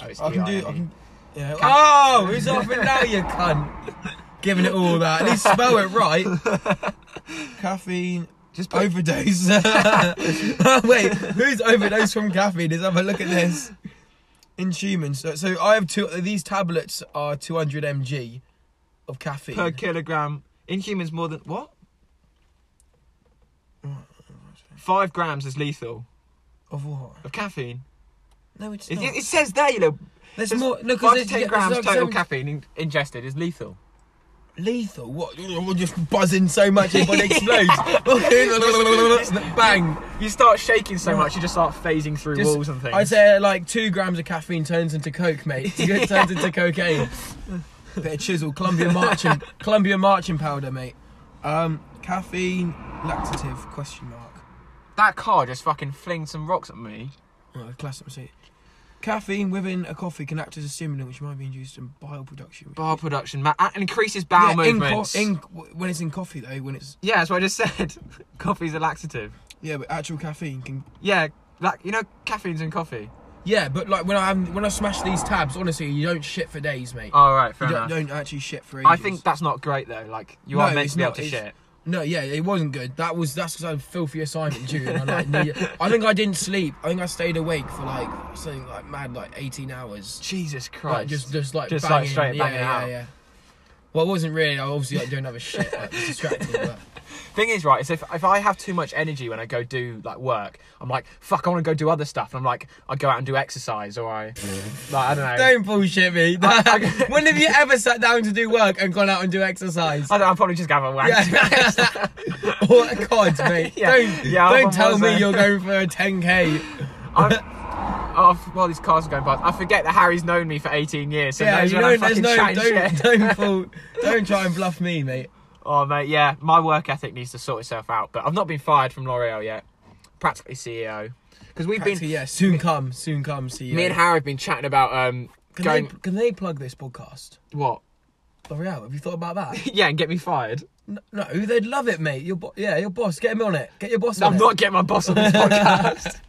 [SPEAKER 1] Oh, it's
[SPEAKER 2] I can do. I
[SPEAKER 1] E-I-N-E.
[SPEAKER 2] can, yeah.
[SPEAKER 1] Cap-
[SPEAKER 2] oh, who's laughing now, you cunt? Giving it all that. At least spell
[SPEAKER 1] (laughs)
[SPEAKER 2] it right. caffeine.
[SPEAKER 1] Just put-
[SPEAKER 2] Overdose. (laughs) Wait, who's overdose from caffeine? Let's have a look at this. in humans. So, so I have two. These tablets are 200 mg of caffeine.
[SPEAKER 1] per kilogram. In humans, more than what? Five grams is lethal
[SPEAKER 2] of what?
[SPEAKER 1] of caffeine.
[SPEAKER 2] No, it's
[SPEAKER 1] It,
[SPEAKER 2] not.
[SPEAKER 1] it, it says there, you know.
[SPEAKER 2] there's
[SPEAKER 1] says
[SPEAKER 2] more. Oh, No, because
[SPEAKER 1] five to
[SPEAKER 2] there's
[SPEAKER 1] ten
[SPEAKER 2] yeah,
[SPEAKER 1] grams
[SPEAKER 2] there's like
[SPEAKER 1] total
[SPEAKER 2] so-
[SPEAKER 1] caffeine in, ingested is lethal.
[SPEAKER 2] Lethal. What? We're just buzzing so much
[SPEAKER 1] (laughs)
[SPEAKER 2] your body explodes. Bang.
[SPEAKER 1] You start shaking so much, you just start phasing through
[SPEAKER 2] Just-
[SPEAKER 1] walls and things.
[SPEAKER 2] I'd say uh, like two grams of caffeine turns into coke, mate. (laughs) It turns into
[SPEAKER 1] (laughs)
[SPEAKER 2] cocaine. Bit of chisel, Colombian marching, Colombian marching powder, mate. Um, caffeine, laxative? Question mark.
[SPEAKER 1] that car just fucking flinged some rocks at me.
[SPEAKER 2] Oh, classic mistake. Caffeine within a coffee can act as a stimulant, which might be induced in bile production. which-
[SPEAKER 1] Bar production ma- and increases bowel
[SPEAKER 2] yeah, in co-
[SPEAKER 1] movements.
[SPEAKER 2] in w- when it's in coffee though, when it's
[SPEAKER 1] yeah, that's what I just (laughs) said. Coffee's a laxative.
[SPEAKER 2] yeah, but actual caffeine can.
[SPEAKER 1] Yeah, like you know, caffeine's in coffee.
[SPEAKER 2] Yeah, but like when I am when I smash these tabs, honestly, you don't shit for days, mate.
[SPEAKER 1] All right, Oh, fair
[SPEAKER 2] you
[SPEAKER 1] enough.
[SPEAKER 2] don't, don't actually shit for ages.
[SPEAKER 1] I think that's not great though. Like you
[SPEAKER 2] No,
[SPEAKER 1] are meant
[SPEAKER 2] it's
[SPEAKER 1] to be
[SPEAKER 2] not,
[SPEAKER 1] able to
[SPEAKER 2] it's-
[SPEAKER 1] shit.
[SPEAKER 2] No, yeah, it wasn't good. That was that's because I had a filthy assignment due. And I, like, needed- I think I didn't sleep. I think I stayed awake for like something like mad, like eighteen hours.
[SPEAKER 1] Jesus Christ!
[SPEAKER 2] Like, just just like
[SPEAKER 1] Just, like,
[SPEAKER 2] banging,
[SPEAKER 1] straight
[SPEAKER 2] yeah,
[SPEAKER 1] banging
[SPEAKER 2] yeah,
[SPEAKER 1] out.
[SPEAKER 2] yeah. Well, it wasn't really. I obviously like doing other shit. Like, it was distracting, but
[SPEAKER 1] Thing is, right, is if, if I have too much energy when I go do like work, I'm like, fuck, I want to go do other stuff. And I'm like, I go out and do exercise, or I, like, I (laughs) don't know.
[SPEAKER 2] don't bullshit (laughs) me.
[SPEAKER 1] I- (laughs)
[SPEAKER 2] when have you ever sat down to do work and gone out and do exercise?
[SPEAKER 1] I don't, I'm probably just gonna have a whack.
[SPEAKER 2] (laughs) Yeah. oh
[SPEAKER 1] (laughs)
[SPEAKER 2] God, mate!
[SPEAKER 1] Yeah.
[SPEAKER 2] Don't
[SPEAKER 1] Yeah, I'm
[SPEAKER 2] don't
[SPEAKER 1] on
[SPEAKER 2] tell
[SPEAKER 1] one
[SPEAKER 2] me
[SPEAKER 1] side.
[SPEAKER 2] you're going for a
[SPEAKER 1] (laughs)
[SPEAKER 2] ten k.
[SPEAKER 1] I, oh, f- while these cars are going past, I forget that Harry's known me for 18 years, so
[SPEAKER 2] Yeah,
[SPEAKER 1] knows
[SPEAKER 2] you
[SPEAKER 1] when
[SPEAKER 2] know,
[SPEAKER 1] I
[SPEAKER 2] there's
[SPEAKER 1] fucking
[SPEAKER 2] no
[SPEAKER 1] chat and
[SPEAKER 2] don't
[SPEAKER 1] shit.
[SPEAKER 2] don't, fool, don't try and bluff me, mate.
[SPEAKER 1] (laughs) Oh mate, yeah, my work ethic needs to sort itself out. But I've not been fired from L'Oreal yet. Practically CEO, because we've
[SPEAKER 2] Back to-
[SPEAKER 1] been
[SPEAKER 2] yeah, soon come, soon come. See you.
[SPEAKER 1] me and Harry have been chatting about um
[SPEAKER 2] can,
[SPEAKER 1] going
[SPEAKER 2] they, can they plug this podcast?
[SPEAKER 1] what?
[SPEAKER 2] L'Oreal, have you thought
[SPEAKER 1] (laughs)
[SPEAKER 2] about that?
[SPEAKER 1] yeah, and get me fired.
[SPEAKER 2] No, no, they'd love it, mate. Your bo- yeah, your boss. Get him on it. Get your boss on
[SPEAKER 1] I'm
[SPEAKER 2] it.
[SPEAKER 1] not getting my boss on
[SPEAKER 2] (laughs)
[SPEAKER 1] this podcast.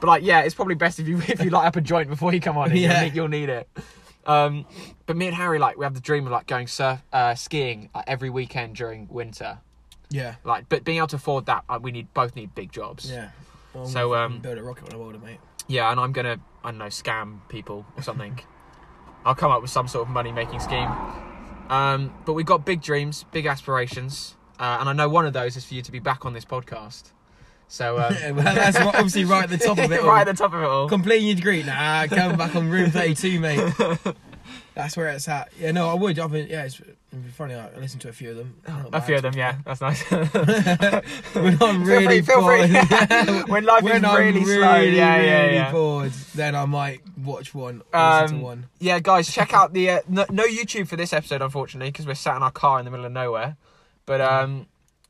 [SPEAKER 1] but like, yeah, it's probably best if you (laughs) if you light up a joint before you come on. Yeah.
[SPEAKER 2] Yeah.
[SPEAKER 1] You'll, need, you'll need it. Um, but me and Harry like we have the dream of like going surf uh, skiing like, every weekend during winter. (laughs)
[SPEAKER 2] Yeah,
[SPEAKER 1] Like, but being able to afford that, uh, we need both need big jobs.
[SPEAKER 2] yeah. Well,
[SPEAKER 1] So,
[SPEAKER 2] we can
[SPEAKER 1] um,
[SPEAKER 2] build a rocket on a welder, mate.
[SPEAKER 1] Yeah, and I'm gonna I don't know scam people or something. I'll come up with some sort of money making scheme. Um, but we've got big dreams, big aspirations, uh, and I know one of those is for you to be back on this podcast. So um,
[SPEAKER 2] Yeah,
[SPEAKER 1] (laughs)
[SPEAKER 2] well, that's what- obviously right at the (laughs) top of it. all.
[SPEAKER 1] right at the top of it all.
[SPEAKER 2] Completing your degree, nah. Come back on room thirty-two, mate. That's where it's at. Yeah, no, I would. I've been, yeah, it's it'd be funny. I listened to a few of them. They're not
[SPEAKER 1] A
[SPEAKER 2] bad.
[SPEAKER 1] few of them, yeah, that's nice. (laughs)
[SPEAKER 2] When
[SPEAKER 1] Feel
[SPEAKER 2] I'm
[SPEAKER 1] free,
[SPEAKER 2] really
[SPEAKER 1] feel free. (laughs)
[SPEAKER 2] bored.
[SPEAKER 1] when life
[SPEAKER 2] when
[SPEAKER 1] is
[SPEAKER 2] I'm
[SPEAKER 1] really,
[SPEAKER 2] really,
[SPEAKER 1] slow, yeah, yeah,
[SPEAKER 2] really
[SPEAKER 1] yeah.
[SPEAKER 2] bored, then I might watch one or listen to
[SPEAKER 1] Um,
[SPEAKER 2] one.
[SPEAKER 1] yeah, guys, check out the uh, no, no YouTube for this episode, unfortunately, because we're sat in our car in the middle of nowhere. But
[SPEAKER 2] Mm.
[SPEAKER 1] um,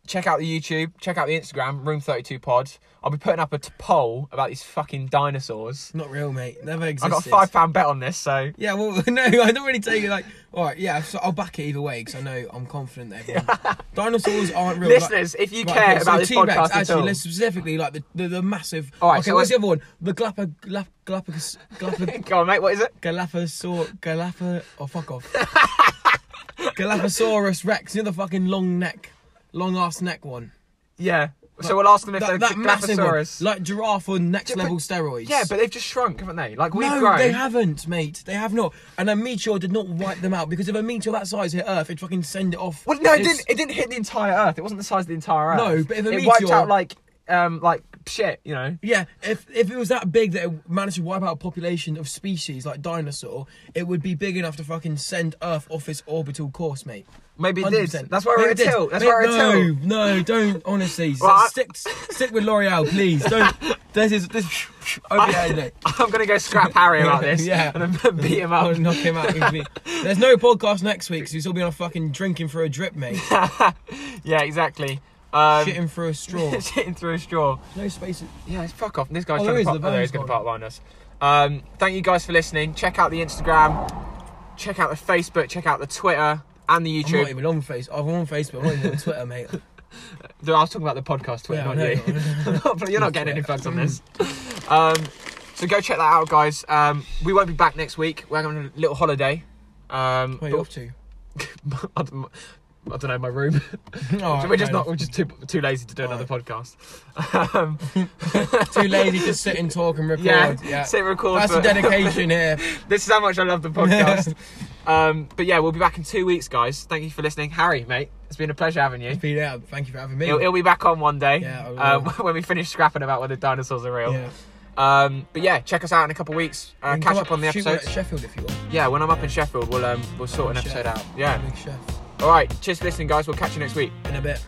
[SPEAKER 1] check out the YouTube, check out the Instagram, Room Thirty Two Pod. I'll be putting up a t- poll about these fucking dinosaurs.
[SPEAKER 2] Not real, mate. Never
[SPEAKER 1] I
[SPEAKER 2] existed.
[SPEAKER 1] got a five pound bet on this, so
[SPEAKER 2] Yeah, well, (laughs) no, I don't really take it like, all right, yeah, so I'll back it either way because I know I'm confident that
[SPEAKER 1] (laughs)
[SPEAKER 2] everyone. Dinosaurs aren't real. like-
[SPEAKER 1] listeners, if you
[SPEAKER 2] Right,
[SPEAKER 1] care
[SPEAKER 2] okay,
[SPEAKER 1] about this
[SPEAKER 2] T-Rex,
[SPEAKER 1] podcast at
[SPEAKER 2] actually,
[SPEAKER 1] all,
[SPEAKER 2] let's specifically like the, the, the massive.
[SPEAKER 1] All right,
[SPEAKER 2] okay,
[SPEAKER 1] so
[SPEAKER 2] what's the
[SPEAKER 1] let's-
[SPEAKER 2] other one? The Galapa, Galap, Galapagos,
[SPEAKER 1] (laughs)
[SPEAKER 2] Galapa,
[SPEAKER 1] go on, mate. What is it?
[SPEAKER 2] Galapasaur, Galapa. Oh,
[SPEAKER 1] (laughs)
[SPEAKER 2] fuck off. Galapasaurus Rex, you know the fucking long neck, long ass neck one.
[SPEAKER 1] Yeah. So we'll ask them if
[SPEAKER 2] That,
[SPEAKER 1] they're
[SPEAKER 2] that massive one,
[SPEAKER 1] Dilophosaurus.
[SPEAKER 2] like giraffe on next
[SPEAKER 1] Yeah, but-
[SPEAKER 2] level steroids.
[SPEAKER 1] yeah, but they've just shrunk, haven't they? Like we've
[SPEAKER 2] no,
[SPEAKER 1] grown.
[SPEAKER 2] they haven't, mate. They have not. And a meteor did not wipe them out because if a meteor that size hit Earth, it'd fucking send it off.
[SPEAKER 1] Well, no, it
[SPEAKER 2] It's-
[SPEAKER 1] didn't. It didn't hit the entire Earth. It wasn't the size of the entire Earth.
[SPEAKER 2] No, but if a
[SPEAKER 1] it wiped
[SPEAKER 2] meteor-
[SPEAKER 1] out like, um, like shit, you know.
[SPEAKER 2] Yeah, if if it was that big that it managed to wipe out a population of species like dinosaur, it would be big enough to fucking send Earth off its orbital course, mate.
[SPEAKER 1] Maybe it
[SPEAKER 2] 100%.
[SPEAKER 1] did. That's why we're
[SPEAKER 2] Maybe
[SPEAKER 1] at
[SPEAKER 2] it did.
[SPEAKER 1] tilt. That's
[SPEAKER 2] Maybe-
[SPEAKER 1] why we're at tilt. (laughs)
[SPEAKER 2] No, no, don't. Honestly,
[SPEAKER 1] Well, I-
[SPEAKER 2] stick stick with L'Oreal, please. Don't. This
[SPEAKER 1] (laughs)
[SPEAKER 2] is this. Over your head, mate.
[SPEAKER 1] I'm gonna go scrap Harry about this.
[SPEAKER 2] (laughs) Yeah.
[SPEAKER 1] (laughs) And then beat him up.
[SPEAKER 2] I'll knock him out. completely. There's no podcast next week, so he's all be on a fucking drinking for a
[SPEAKER 1] (laughs)
[SPEAKER 2] drip, mate.
[SPEAKER 1] yeah, exactly. Um,
[SPEAKER 2] Shitting through
[SPEAKER 1] (laughs)
[SPEAKER 2] a straw.
[SPEAKER 1] shitting through a straw.
[SPEAKER 2] No space.
[SPEAKER 1] Yeah, it's fuck off. This guy's
[SPEAKER 2] Oh, there
[SPEAKER 1] trying
[SPEAKER 2] is,
[SPEAKER 1] to
[SPEAKER 2] the
[SPEAKER 1] part, oh, there
[SPEAKER 2] van's
[SPEAKER 1] he's gonna
[SPEAKER 2] gone.
[SPEAKER 1] part line us. Um, thank you guys for listening. Check out the Instagram. Check out the Facebook. Check out the Twitter and the
[SPEAKER 2] I'm not
[SPEAKER 1] YouTube.
[SPEAKER 2] even on Face. I'm on Facebook. I'm not even on Twitter, mate.
[SPEAKER 1] No, I was talking about the podcast Twitter,
[SPEAKER 2] Yeah, I
[SPEAKER 1] not
[SPEAKER 2] know,
[SPEAKER 1] you.
[SPEAKER 2] I
[SPEAKER 1] (laughs)
[SPEAKER 2] know.
[SPEAKER 1] You're not getting any plugs on
[SPEAKER 2] (laughs)
[SPEAKER 1] this. Um, so go check that out, guys. Um, we won't be (laughs) back next week. We're going on a little holiday. Um,
[SPEAKER 2] Where are you off to?
[SPEAKER 1] but- I don't know, my
[SPEAKER 2] (laughs)
[SPEAKER 1] room. (laughs)
[SPEAKER 2] Alright,
[SPEAKER 1] we're just
[SPEAKER 2] fair
[SPEAKER 1] not.
[SPEAKER 2] enough.
[SPEAKER 1] We're just too too lazy to do another podcast. (laughs) Um,
[SPEAKER 2] Too lazy to sit and talk and
[SPEAKER 1] (laughs)
[SPEAKER 2] record.
[SPEAKER 1] yeah,
[SPEAKER 2] Yeah,
[SPEAKER 1] sit record. (laughs)
[SPEAKER 2] That's
[SPEAKER 1] for-
[SPEAKER 2] the dedication here.
[SPEAKER 1] this is how much I love the
[SPEAKER 2] (laughs)
[SPEAKER 1] podcast. um, but yeah, we'll be back in two weeks, guys. Thank you for listening, Harry, mate. It's been a pleasure having you.
[SPEAKER 2] Pete out. Thank you for having me.
[SPEAKER 1] He'll, he'll be back on one day
[SPEAKER 2] Yeah, I will.
[SPEAKER 1] um, (laughs) when we finish scrapping about whether dinosaurs are real.
[SPEAKER 2] Yeah.
[SPEAKER 1] Um, but yeah, check us out in a couple of weeks. Uh,
[SPEAKER 2] You can
[SPEAKER 1] catch
[SPEAKER 2] come
[SPEAKER 1] up on the
[SPEAKER 2] shoot one
[SPEAKER 1] episodes.
[SPEAKER 2] at Sheffield if you want.
[SPEAKER 1] Yeah, when I'm up in Sheffield, we'll um, we'll sort an
[SPEAKER 2] Big
[SPEAKER 1] episode
[SPEAKER 2] chef.
[SPEAKER 1] out. Yeah.
[SPEAKER 2] Big chef.
[SPEAKER 1] All right. Cheers for listening, guys. We'll catch you next week.
[SPEAKER 2] In a bit.